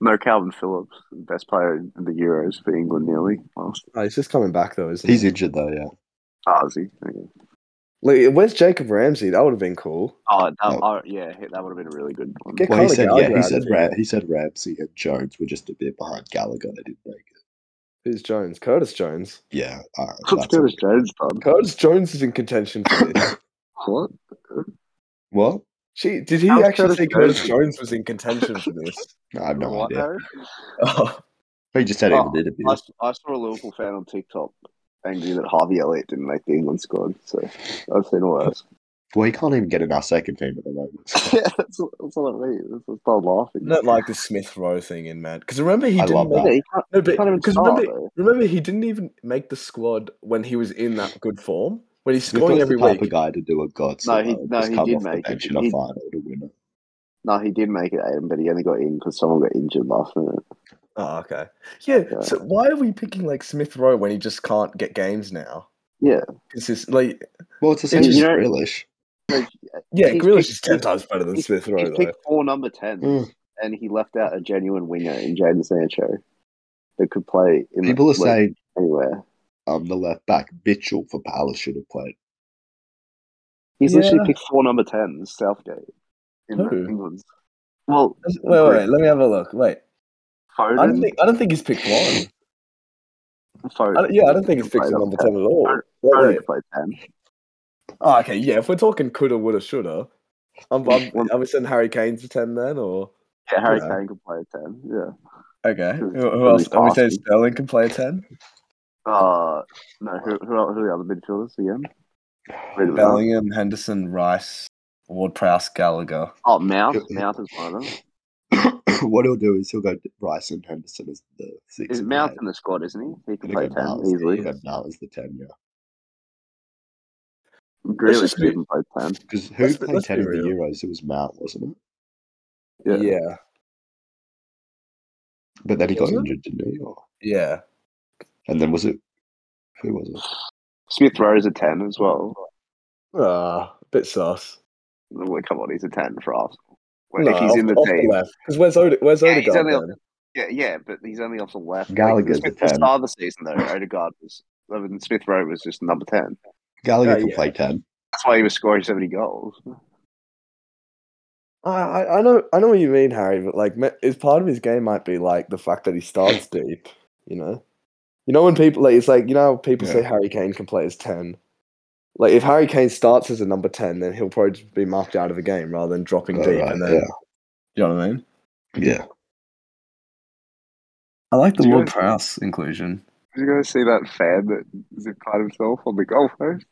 Speaker 3: No Calvin Phillips, best player in the Euros for England nearly. Well,
Speaker 1: oh, he's just coming back though, isn't
Speaker 2: He's
Speaker 1: he?
Speaker 2: injured though. Yeah,
Speaker 3: Ozzy. Okay.
Speaker 1: Like, where's Jacob Ramsey? That would have been cool.
Speaker 3: Oh, that,
Speaker 2: Oh.
Speaker 3: oh, yeah, that would have been a really good one.
Speaker 1: Get
Speaker 2: Well, he
Speaker 1: Conor
Speaker 2: said
Speaker 1: Gallagher
Speaker 2: yeah. He
Speaker 1: out
Speaker 2: said
Speaker 1: of
Speaker 2: Ra- he said Ramsey and Jones were just a bit behind Gallagher. They didn't make it.
Speaker 1: Who's Jones? Curtis Jones.
Speaker 2: Yeah, all right,
Speaker 3: Let's
Speaker 2: that's
Speaker 3: go
Speaker 2: all.
Speaker 3: to Jones, bud.
Speaker 1: Curtis Jones is in contention for this.
Speaker 3: What?
Speaker 2: What?
Speaker 1: Gee, did he
Speaker 3: How's
Speaker 1: actually
Speaker 3: Curtis
Speaker 1: say Curtis
Speaker 3: Jones?
Speaker 1: Jones was in contention for [LAUGHS] this?
Speaker 2: No, I have no
Speaker 3: what
Speaker 2: idea.
Speaker 3: though?
Speaker 1: Oh,
Speaker 2: He just said it in
Speaker 3: Oh,
Speaker 2: an interview.
Speaker 3: I, s- I saw a Liverpool fan on TikTok angry that Harvey Elliott didn't make the England squad, so I've seen worse.
Speaker 2: Well, he can't even get in our second team at the moment.
Speaker 3: [LAUGHS] yeah, that's, what- that's what I mean. That's what I started laughing.
Speaker 1: I don't like the Smith Rowe thing in man. Because remember he
Speaker 2: I
Speaker 1: didn't make
Speaker 2: love that.
Speaker 3: Yeah, he can't,
Speaker 1: no,
Speaker 3: he can't even
Speaker 1: because
Speaker 3: start,
Speaker 1: remember,
Speaker 3: though.
Speaker 1: remember he didn't even make the squad when he was in that good form when he's
Speaker 2: Smith was
Speaker 1: scoring every
Speaker 2: the
Speaker 1: week.
Speaker 2: type of guy to do a god so
Speaker 3: No, he-
Speaker 2: well and
Speaker 3: no,
Speaker 2: just
Speaker 3: he
Speaker 2: come
Speaker 3: did
Speaker 2: off the
Speaker 3: make it.
Speaker 2: bench in a
Speaker 3: He-
Speaker 2: final to win it.
Speaker 3: No, he did make it, Aiden, but he only got in because someone got injured last minute.
Speaker 1: Oh, okay. Yeah,
Speaker 3: Yeah.
Speaker 1: So why are we picking like Smith Rowe when he just can't get games now?
Speaker 3: Yeah.
Speaker 1: It's just like
Speaker 2: Well, it's the same
Speaker 3: You
Speaker 2: as
Speaker 3: know-
Speaker 2: Grealish.
Speaker 1: yeah,
Speaker 3: He's
Speaker 1: Grealish
Speaker 3: picked-
Speaker 1: is ten
Speaker 3: he's-
Speaker 1: times better than
Speaker 3: he's-
Speaker 1: Smith Rowe
Speaker 3: He
Speaker 1: though.
Speaker 3: picked four number 10s,
Speaker 2: Mm.
Speaker 3: and he left out a genuine winger in Jaden Sancho that could play in the-
Speaker 2: People are
Speaker 3: like,
Speaker 2: saying
Speaker 3: anywhere.
Speaker 2: um, the left back Mitchell for Palace should have played. [COUGHS]
Speaker 3: He's
Speaker 1: Yeah.
Speaker 3: literally picked four number 10s, Southgate, in the
Speaker 1: Who?
Speaker 3: England. Well,
Speaker 1: Wait, wait, wait, let me have a look. Wait, I don't
Speaker 3: Foden,
Speaker 1: think I don't think he's picked one. I
Speaker 3: Foden.
Speaker 1: don't, yeah, I don't think he's picked
Speaker 3: Played
Speaker 1: a
Speaker 3: up
Speaker 1: number
Speaker 3: ten.
Speaker 1: ten at all.
Speaker 3: Foden-
Speaker 1: Wait,
Speaker 3: Foden
Speaker 1: wait.
Speaker 3: could play 10.
Speaker 1: Oh, okay, yeah. If we're talking coulda, woulda, shoulda, I'm, I'm,
Speaker 3: [LAUGHS] Well-
Speaker 1: are we sending Harry Kane to ten then, or
Speaker 3: Yeah, Harry
Speaker 1: Yeah.
Speaker 3: Kane could play 10. Yeah.
Speaker 1: okay? Who,
Speaker 3: Who's-
Speaker 1: who
Speaker 3: who's
Speaker 1: else? Are we saying
Speaker 3: passing?
Speaker 1: Sterling can play a ten?
Speaker 3: Uh, no, who, who, are, who are the other midfielders again? Read them out.
Speaker 1: Bellingham, Henderson, Rice, Ward Prowse, Gallagher.
Speaker 3: Oh, Mouth. Mouth is one of them.
Speaker 2: what he'll do is he'll go Rice and Henderson as the six.
Speaker 3: Is
Speaker 2: and
Speaker 3: Mouth
Speaker 2: eight.
Speaker 3: in the squad, isn't he? He can
Speaker 2: And
Speaker 3: play
Speaker 2: he'll go
Speaker 3: 10
Speaker 2: Niles-
Speaker 3: easily.
Speaker 2: he'll go Niles the ten, yeah.
Speaker 3: Grealish
Speaker 1: just
Speaker 3: could
Speaker 1: be-
Speaker 3: even play 10.
Speaker 2: Because who
Speaker 1: Let's be-
Speaker 2: played
Speaker 1: let's
Speaker 2: ten
Speaker 1: be
Speaker 2: in the
Speaker 1: real.
Speaker 2: Euros? It was Mount, wasn't it?
Speaker 3: Yeah.
Speaker 1: yeah.
Speaker 2: But then he
Speaker 1: Was
Speaker 2: got
Speaker 1: it?
Speaker 2: injured, didn't he? Or,
Speaker 1: yeah.
Speaker 2: and then was it? Who was it?
Speaker 3: Smith Rowe is a 10 as well.
Speaker 1: Ah, bit sus.
Speaker 3: Well, come on, he's a 10 for Arsenal. Well,
Speaker 1: No,
Speaker 3: if he's
Speaker 1: off,
Speaker 3: in the
Speaker 1: off
Speaker 3: team.
Speaker 1: left. Because where's Ode- where's
Speaker 3: Yeah, he's
Speaker 1: Odegaard
Speaker 3: only on-
Speaker 1: then?
Speaker 3: Yeah, yeah, but he's only off the left.
Speaker 2: Gallagher's
Speaker 3: like,
Speaker 2: a
Speaker 3: the
Speaker 2: 10.
Speaker 3: start of the season, though, Odegaard was. I mean, Smith Rowe was just number 10.
Speaker 2: Gallagher
Speaker 3: Uh,
Speaker 1: Oh,
Speaker 2: can
Speaker 1: yeah.
Speaker 2: play ten.
Speaker 3: That's why he was scoring so many goals.
Speaker 1: I, I I know I know what you mean, Harry. But like, me- is part of his game might be like the fact that he [LAUGHS] starts deep. You know, you know when people like it's like you know how people say Harry Kane can play as ten. Like if Harry Kane starts as a number ten, then he'll probably just be marked out of the game rather than dropping deep.
Speaker 2: Alright,
Speaker 1: and then Oh, you know what I mean.
Speaker 2: yeah, yeah.
Speaker 1: I like
Speaker 3: Do you Ward guys-
Speaker 1: Prowse inclusion.
Speaker 3: Did you guys see that fan that zip tied himself on the golf post?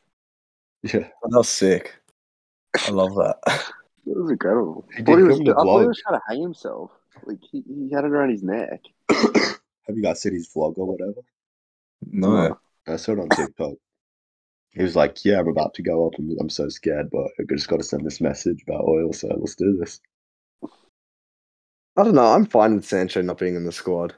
Speaker 2: Yeah,
Speaker 1: Oh, That was sick. I love that.
Speaker 3: It was incredible.
Speaker 2: He
Speaker 3: I thought
Speaker 2: did
Speaker 3: he was,
Speaker 2: film the
Speaker 3: I thought he
Speaker 2: vlog.
Speaker 3: was trying to hang himself. Like he, he had it around his neck.
Speaker 2: Have you guys seen his vlog or whatever?
Speaker 1: [LAUGHS] no.
Speaker 2: I saw it
Speaker 3: [LAUGHS]
Speaker 2: on TikTok. He was like, "Yeah, I'm about to go up. I'm, I'm so scared, but I just got to send this message about oil. So let's do this."
Speaker 1: I don't know. I'm fine with Sancho not being in the squad.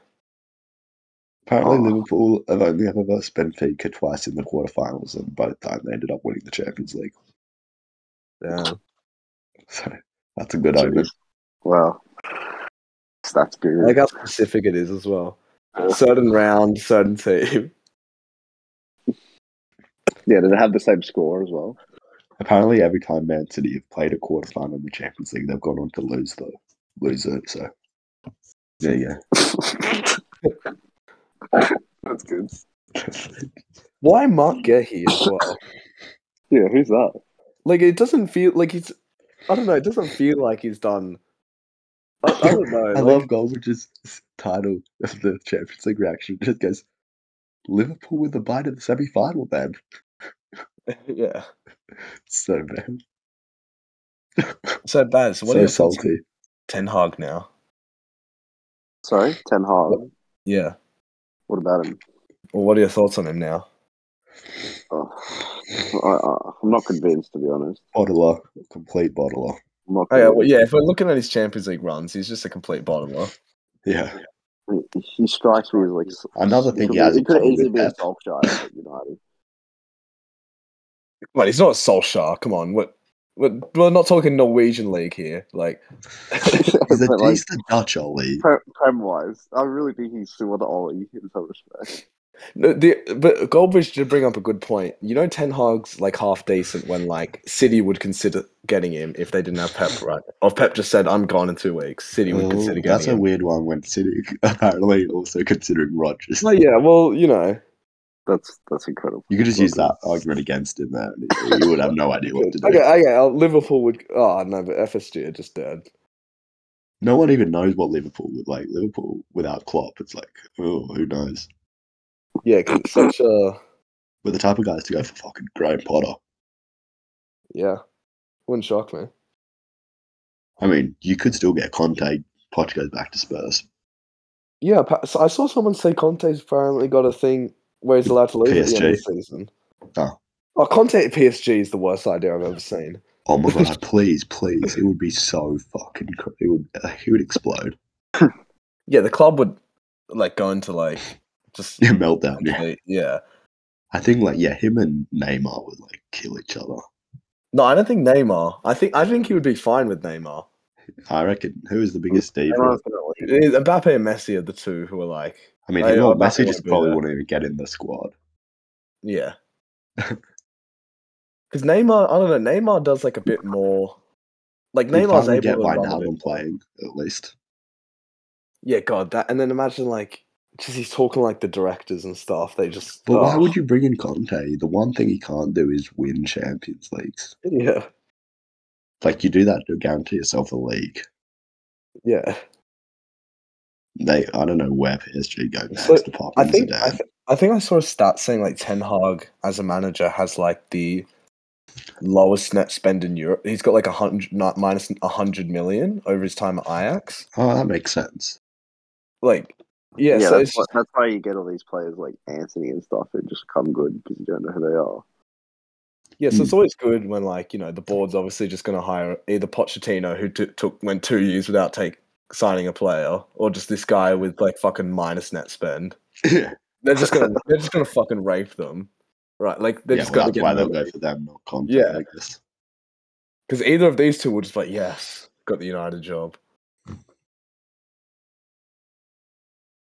Speaker 2: Apparently,
Speaker 3: Oh.
Speaker 2: Liverpool have only ever versed Benfica twice in the quarterfinals, and both time they ended up winning the Champions League. [LAUGHS]
Speaker 1: Yeah.
Speaker 2: So that's a good
Speaker 3: Jeez.
Speaker 2: omen.
Speaker 3: Wow. That's good.
Speaker 1: I like how specific it is as well.
Speaker 3: Yeah.
Speaker 1: Certain round, certain team.
Speaker 3: yeah, did it have the same score as well?
Speaker 2: Apparently, every time Man City have played a quarterfinal in the Champions League, they've gone on to lose the lose it. So there you go.
Speaker 3: That's good.
Speaker 1: Why Mark Gehi as well?
Speaker 3: Yeah, who's that?
Speaker 1: Like it doesn't feel like he's. I don't know. It doesn't feel like he's done. I, [LAUGHS] I don't know.
Speaker 2: I
Speaker 1: like,
Speaker 2: love Goldbridge's title of the Champions League reaction. Just goes, Liverpool with a bite of the semi final, man.
Speaker 1: [LAUGHS] Yeah.
Speaker 2: So bad.
Speaker 1: So Baz, what are
Speaker 2: so
Speaker 1: your thoughts on
Speaker 2: salty.
Speaker 1: Ten Hag now?
Speaker 3: Sorry, Ten Hag.
Speaker 1: Yeah.
Speaker 3: What about him?
Speaker 1: Well, what are your thoughts on him now?
Speaker 3: Oh, I, I, I'm not convinced, to be honest.
Speaker 2: Bottler. Complete bottler.
Speaker 3: I'm not
Speaker 1: Oh yeah, well,
Speaker 3: convinced.
Speaker 1: yeah. If we're looking at his Champions League runs, he's just a complete bottler.
Speaker 2: Yeah.
Speaker 3: He, he strikes me as like s-
Speaker 2: Another
Speaker 3: he
Speaker 2: thing
Speaker 3: could
Speaker 2: he
Speaker 3: be-
Speaker 2: has
Speaker 3: He
Speaker 2: in
Speaker 3: could
Speaker 2: common
Speaker 3: easily
Speaker 2: with
Speaker 3: be a
Speaker 2: Pep.
Speaker 3: Solskjaer at United.
Speaker 1: Well, he's not Solskjaer. Come on, we're, we're, we're not talking Norwegian league here. Like,
Speaker 2: He's, a,
Speaker 3: [LAUGHS] But, like,
Speaker 2: he's the Dutch Ollie.
Speaker 3: Prem wise, I really think he's still on the Ollie in some respect.
Speaker 1: No, the, but Goldbridge did bring up a good point. You know, Ten Hag's like half decent when like City would consider getting him if they didn't have Pep, right? Or if Pep just said, "I'm gone in two weeks." City would
Speaker 2: Oh,
Speaker 1: consider getting
Speaker 2: that's a
Speaker 1: him.
Speaker 2: weird one when City [LAUGHS] apparently also considering Rodgers.
Speaker 1: Well, yeah, well, you know,
Speaker 3: That's that's incredible.
Speaker 2: you could just use that argument against him there. and You would have no idea what to
Speaker 3: [LAUGHS]
Speaker 2: do.
Speaker 1: okay, okay, uh, Liverpool would. Oh no, but FSG are just dead.
Speaker 2: No one even knows what Liverpool would like. Liverpool without Klopp, it's like, oh, who knows?
Speaker 1: Yeah, 'cause it's such a
Speaker 2: We're the type of guys to go for fucking Graham Potter.
Speaker 1: yeah. Wouldn't shock me.
Speaker 2: I mean, you could still get Conte. Poch goes back to Spurs.
Speaker 1: Yeah, pa- so I saw someone say Conte's apparently got a thing where he's allowed to leave at the end of the season.
Speaker 2: Oh.
Speaker 1: Oh, Conte at PSG is the worst idea I've ever seen.
Speaker 2: Oh
Speaker 1: [LAUGHS]
Speaker 2: my god, please, please. It would be so fucking. cr- It would, uh, it would explode. [LAUGHS]
Speaker 1: Yeah, the club would like go into like just
Speaker 2: [LAUGHS] Yeah, meltdown. Yeah.
Speaker 1: complete- yeah.
Speaker 2: I think, like, yeah, him and Neymar would, like, kill each other.
Speaker 1: No, I don't think Neymar. I think I think he would be fine with Neymar.
Speaker 2: I reckon. Who is the biggest diva?
Speaker 3: Everyone's
Speaker 1: It is- Eh, Mbappe and Messi are the two who are like,
Speaker 2: I mean,
Speaker 1: I-
Speaker 2: him or
Speaker 1: I reckon
Speaker 2: Messi
Speaker 1: it
Speaker 2: just
Speaker 1: would be
Speaker 2: probably
Speaker 1: that.
Speaker 2: wouldn't even get in the squad. [LAUGHS]
Speaker 1: yeah. Because Neymar, I don't know. Neymarr does like a bit more. Like
Speaker 2: He'd
Speaker 1: Neymar's
Speaker 2: finally
Speaker 1: able
Speaker 2: get
Speaker 1: to run a bit
Speaker 2: Wijnaldum playing, at least.
Speaker 1: Yeah, God, that and then imagine like just he's talking like the directors and stuff. They just
Speaker 2: But why
Speaker 1: oh,
Speaker 2: would you bring in Conte? The one thing he can't do is win Champions Leagues.
Speaker 1: [LAUGHS] Yeah,
Speaker 2: Like, you do that to guarantee yourself a league.
Speaker 1: yeah.
Speaker 2: They, I don't know where PSG go next.
Speaker 1: So,
Speaker 2: apart
Speaker 1: I
Speaker 2: from
Speaker 1: think
Speaker 2: Zidane.
Speaker 1: I, th- I think I saw a stat saying like Ten Hag as a manager has like the lowest net spend in Europe. He's got like a hundred not minus a hundred million over his time at Ajax.
Speaker 2: oh, that
Speaker 1: [CLEARS THROAT]
Speaker 2: makes sense.
Speaker 1: Like, yeah.
Speaker 3: Yeah,
Speaker 1: so
Speaker 3: that's,
Speaker 1: it's
Speaker 3: why, that's why you get all these players like Anthony and stuff who just come good because you don't know who they
Speaker 1: Oh,
Speaker 3: are.
Speaker 1: Yeah, so it's
Speaker 2: Hmm.
Speaker 1: always good when like you know the board's obviously just going to hire either Pochettino who t- took went two years without take signing a player, or just this guy with like fucking minus net spend.
Speaker 2: yeah,
Speaker 1: They're just gonna they're just gonna fucking rape them, right? Like they're
Speaker 2: well,
Speaker 1: just gonna
Speaker 2: that's why
Speaker 1: get
Speaker 2: they'll go for them, not Conte.
Speaker 1: Yeah.
Speaker 2: I guess.
Speaker 1: because either of these two will just be like yes, got the United job.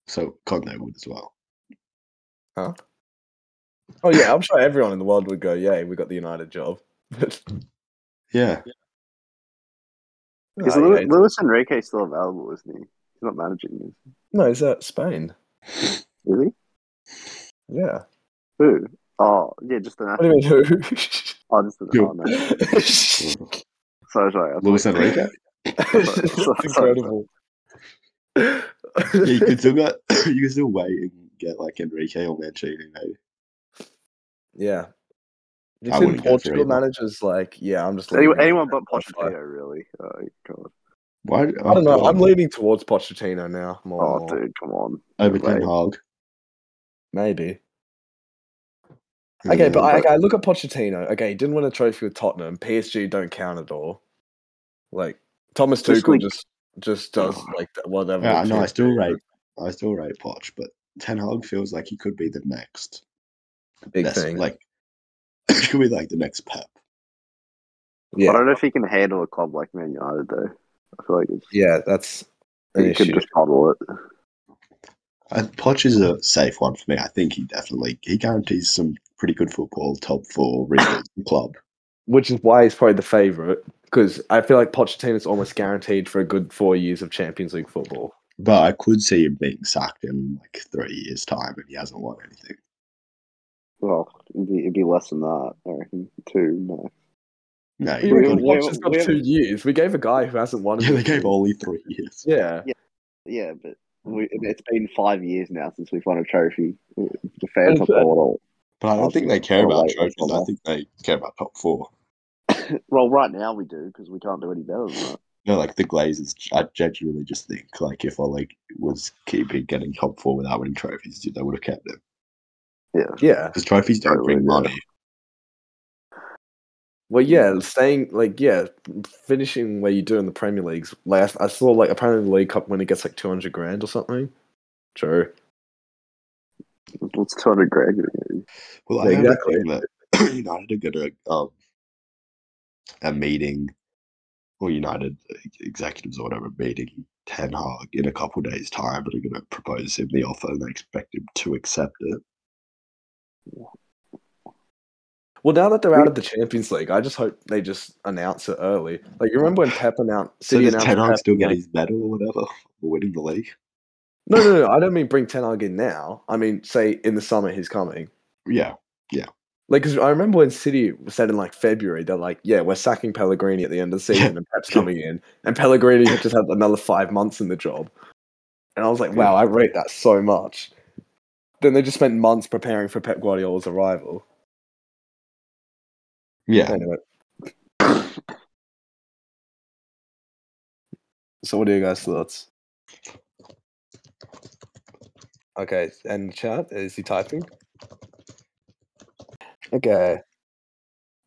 Speaker 2: So Conte would as well.
Speaker 1: Oh yeah, I'm sure everyone in the world would go yay, we got the United job. [LAUGHS] But
Speaker 2: Yeah,
Speaker 3: Is
Speaker 1: no,
Speaker 3: Lu-
Speaker 1: yeah,
Speaker 3: Luis Enrique still available, isn't he? He's not managing,
Speaker 1: no, is that Spain?
Speaker 3: is he?
Speaker 1: Yeah.
Speaker 3: Who? Oh, yeah, just the
Speaker 1: What do
Speaker 3: national.
Speaker 1: you mean who? [LAUGHS]
Speaker 3: Oh, just the
Speaker 2: Yo.
Speaker 3: oh, no. Sorry, sorry. I thought-
Speaker 2: Luis
Speaker 3: [LAUGHS]
Speaker 2: Enrique.
Speaker 1: it's incredible.
Speaker 2: yeah, you could still get [COUGHS] you could still wait and get like Enrique or Mancini. Maybe.
Speaker 1: [LAUGHS] Yeah. You've
Speaker 2: I
Speaker 1: seen
Speaker 2: wouldn't go for
Speaker 1: Portugal
Speaker 2: either.
Speaker 1: managers like, yeah, I'm just
Speaker 3: Any-
Speaker 1: leaning-
Speaker 3: anyone but
Speaker 1: That's fine.
Speaker 3: Pochettino, really. Oh, God.
Speaker 2: Why?
Speaker 1: I don't know. I'm leaning towards Pochettino now. More
Speaker 3: oh
Speaker 1: and more.
Speaker 3: dude, come on.
Speaker 2: over Ten
Speaker 3: Like,
Speaker 2: Hag.
Speaker 1: Maybe. Okay, but
Speaker 2: Uh,
Speaker 1: I, okay, I look at Pochettino. Okay, he didn't win a trophy with Tottenham. PSG don't count at all. Like Thomas
Speaker 3: Just
Speaker 1: Tuchel
Speaker 3: like-
Speaker 1: just just does like th- whatever.
Speaker 2: Oh. Yeah,
Speaker 1: the
Speaker 2: I know. I
Speaker 1: PSG
Speaker 2: still
Speaker 1: does.
Speaker 2: rate. I still rate Poch, but Ten Hag feels like he could be the next
Speaker 1: big
Speaker 2: Messi,
Speaker 1: thing.
Speaker 2: Like [COUGHS] he could be like the next Pep.
Speaker 3: I
Speaker 1: yeah,
Speaker 3: don't know if he can handle a club like Man United, though. I feel like it's,
Speaker 1: yeah, that's an
Speaker 3: he
Speaker 1: issue.
Speaker 3: could just bottle it.
Speaker 2: I, Poch Uh, is a safe one for me. I think he definitely he guarantees some pretty good football, top four, rebuild the club.
Speaker 1: Which is why he's probably the favorite because I feel like Pochettino's almost guaranteed for a good four years of Champions League football.
Speaker 2: But I could see him being sacked in like three years' time if he hasn't won anything.
Speaker 3: Well, it'd be, it'd be less than that, I reckon. Two, no.
Speaker 2: No,
Speaker 1: We
Speaker 2: he
Speaker 3: Yeah,
Speaker 1: gave
Speaker 2: wouldn't.
Speaker 3: but-
Speaker 1: Watch has got
Speaker 3: we have-
Speaker 1: two years. We gave a guy who hasn't won.
Speaker 2: yeah, they gave [LAUGHS]
Speaker 1: anything.
Speaker 2: Oli three years.
Speaker 1: Yeah,
Speaker 3: Yeah, but
Speaker 1: Hmm.
Speaker 3: we, it's been five years now since we've won a trophy. Uh, The fans
Speaker 1: And
Speaker 3: have
Speaker 1: so-
Speaker 3: bought all.
Speaker 2: But I don't think they care
Speaker 3: Oh,
Speaker 2: about
Speaker 3: wait,
Speaker 2: trophies.
Speaker 3: hold
Speaker 2: I
Speaker 3: on.
Speaker 2: think they care about top four.
Speaker 3: Well, right now we do because we can't do any better than that.
Speaker 2: No, like the Glazers. I genuinely just think like if Oli was keeping getting top four without winning trophies, dude, they would have kept him
Speaker 3: Yeah.
Speaker 1: yeah.
Speaker 2: because trophies don't
Speaker 3: Totally,
Speaker 2: bring
Speaker 3: yeah.
Speaker 2: money.
Speaker 1: Well, yeah, staying like yeah, finishing where you do in the Premier Leagues. Like I, I saw like apparently the League Cup winner gets like two hundred grand or something. True.
Speaker 3: What's 200 grand? gonna be?
Speaker 2: Well,
Speaker 1: Yeah,
Speaker 2: I heard
Speaker 1: exactly.
Speaker 2: a uh, [CLEARS THROAT] thing that United are going to um, a meeting, or United executives or whatever, meeting Ten Hag in a couple days' time, and are going to propose him the offer, and they expect him to accept it.
Speaker 1: Well, now that they're out of the Champions League, I just hope they just announce it early. Like you remember when Pep announced
Speaker 2: So
Speaker 1: City
Speaker 2: does
Speaker 1: announced
Speaker 2: Ten Hag
Speaker 1: Pep,
Speaker 2: still get
Speaker 1: like-
Speaker 2: his medal or whatever [LAUGHS] for winning the league?
Speaker 1: No, no, no. I don't mean bring Ten Hag in now. I mean say in the summer he's coming.
Speaker 2: Yeah.
Speaker 1: Like, 'cause I remember when City said in like February, they're like, "Yeah, we're sacking Pellegrini at the end of the season, and Pep's coming in." And Pellegrini had just had another five months in the job, and I was like, "Wow, I rate that so much." Then they just spent months preparing for Pep Guardiola's arrival.
Speaker 2: Yeah.
Speaker 1: Anyway, so what are you guys' thoughts? Okay, and the chat is he typing? Okay.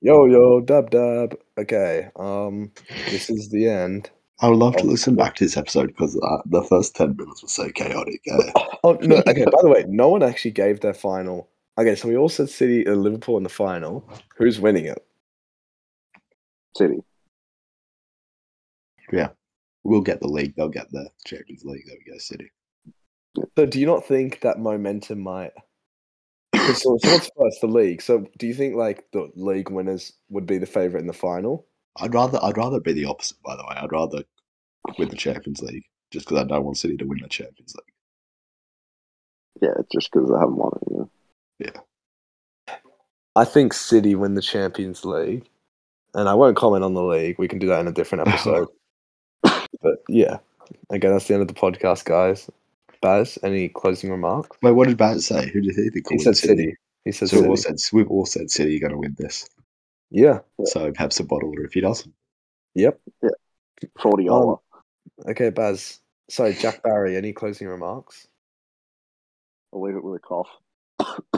Speaker 1: Yo yo dub dub. Okay. Um, this is the end.
Speaker 2: I would love to listen back to this episode because uh, the first 10 minutes were so chaotic. eh?
Speaker 1: Oh no! Okay. By the way, no one actually gave their final. Okay, so we all said City and Liverpool in the final. Who's winning it?
Speaker 3: City.
Speaker 2: we'll get the league. They'll get the Champions League. There we go, City.
Speaker 1: So, do you not think that momentum might? 'Cause So, so what's first, the league? So, do you think like the league winners would be the favorite in the final?
Speaker 2: I'd rather I'd rather it be the opposite, by the way. I'd rather win the Champions League just because I don't want City to win the Champions League.
Speaker 3: Yeah, just because I haven't won it. Yeah.
Speaker 1: I think City win the Champions League, and I won't comment on the league. We can do that in a [LAUGHS] different episode. but yeah, okay, that's the end of the podcast, guys. Baz, any closing remarks?
Speaker 2: Wait, what did Bat say? Who did he think?
Speaker 1: He
Speaker 2: will
Speaker 1: said
Speaker 2: win
Speaker 1: City. He said
Speaker 2: So we've all
Speaker 1: City.
Speaker 2: said we've all said City are going to win this.
Speaker 1: Yeah.
Speaker 2: So perhaps a bottle or if he doesn't.
Speaker 1: Yep. Um,
Speaker 3: Forty dollar.
Speaker 1: Okay, Baz. Sorry, Jack Barry, any closing remarks?
Speaker 3: I'll leave it with a cough.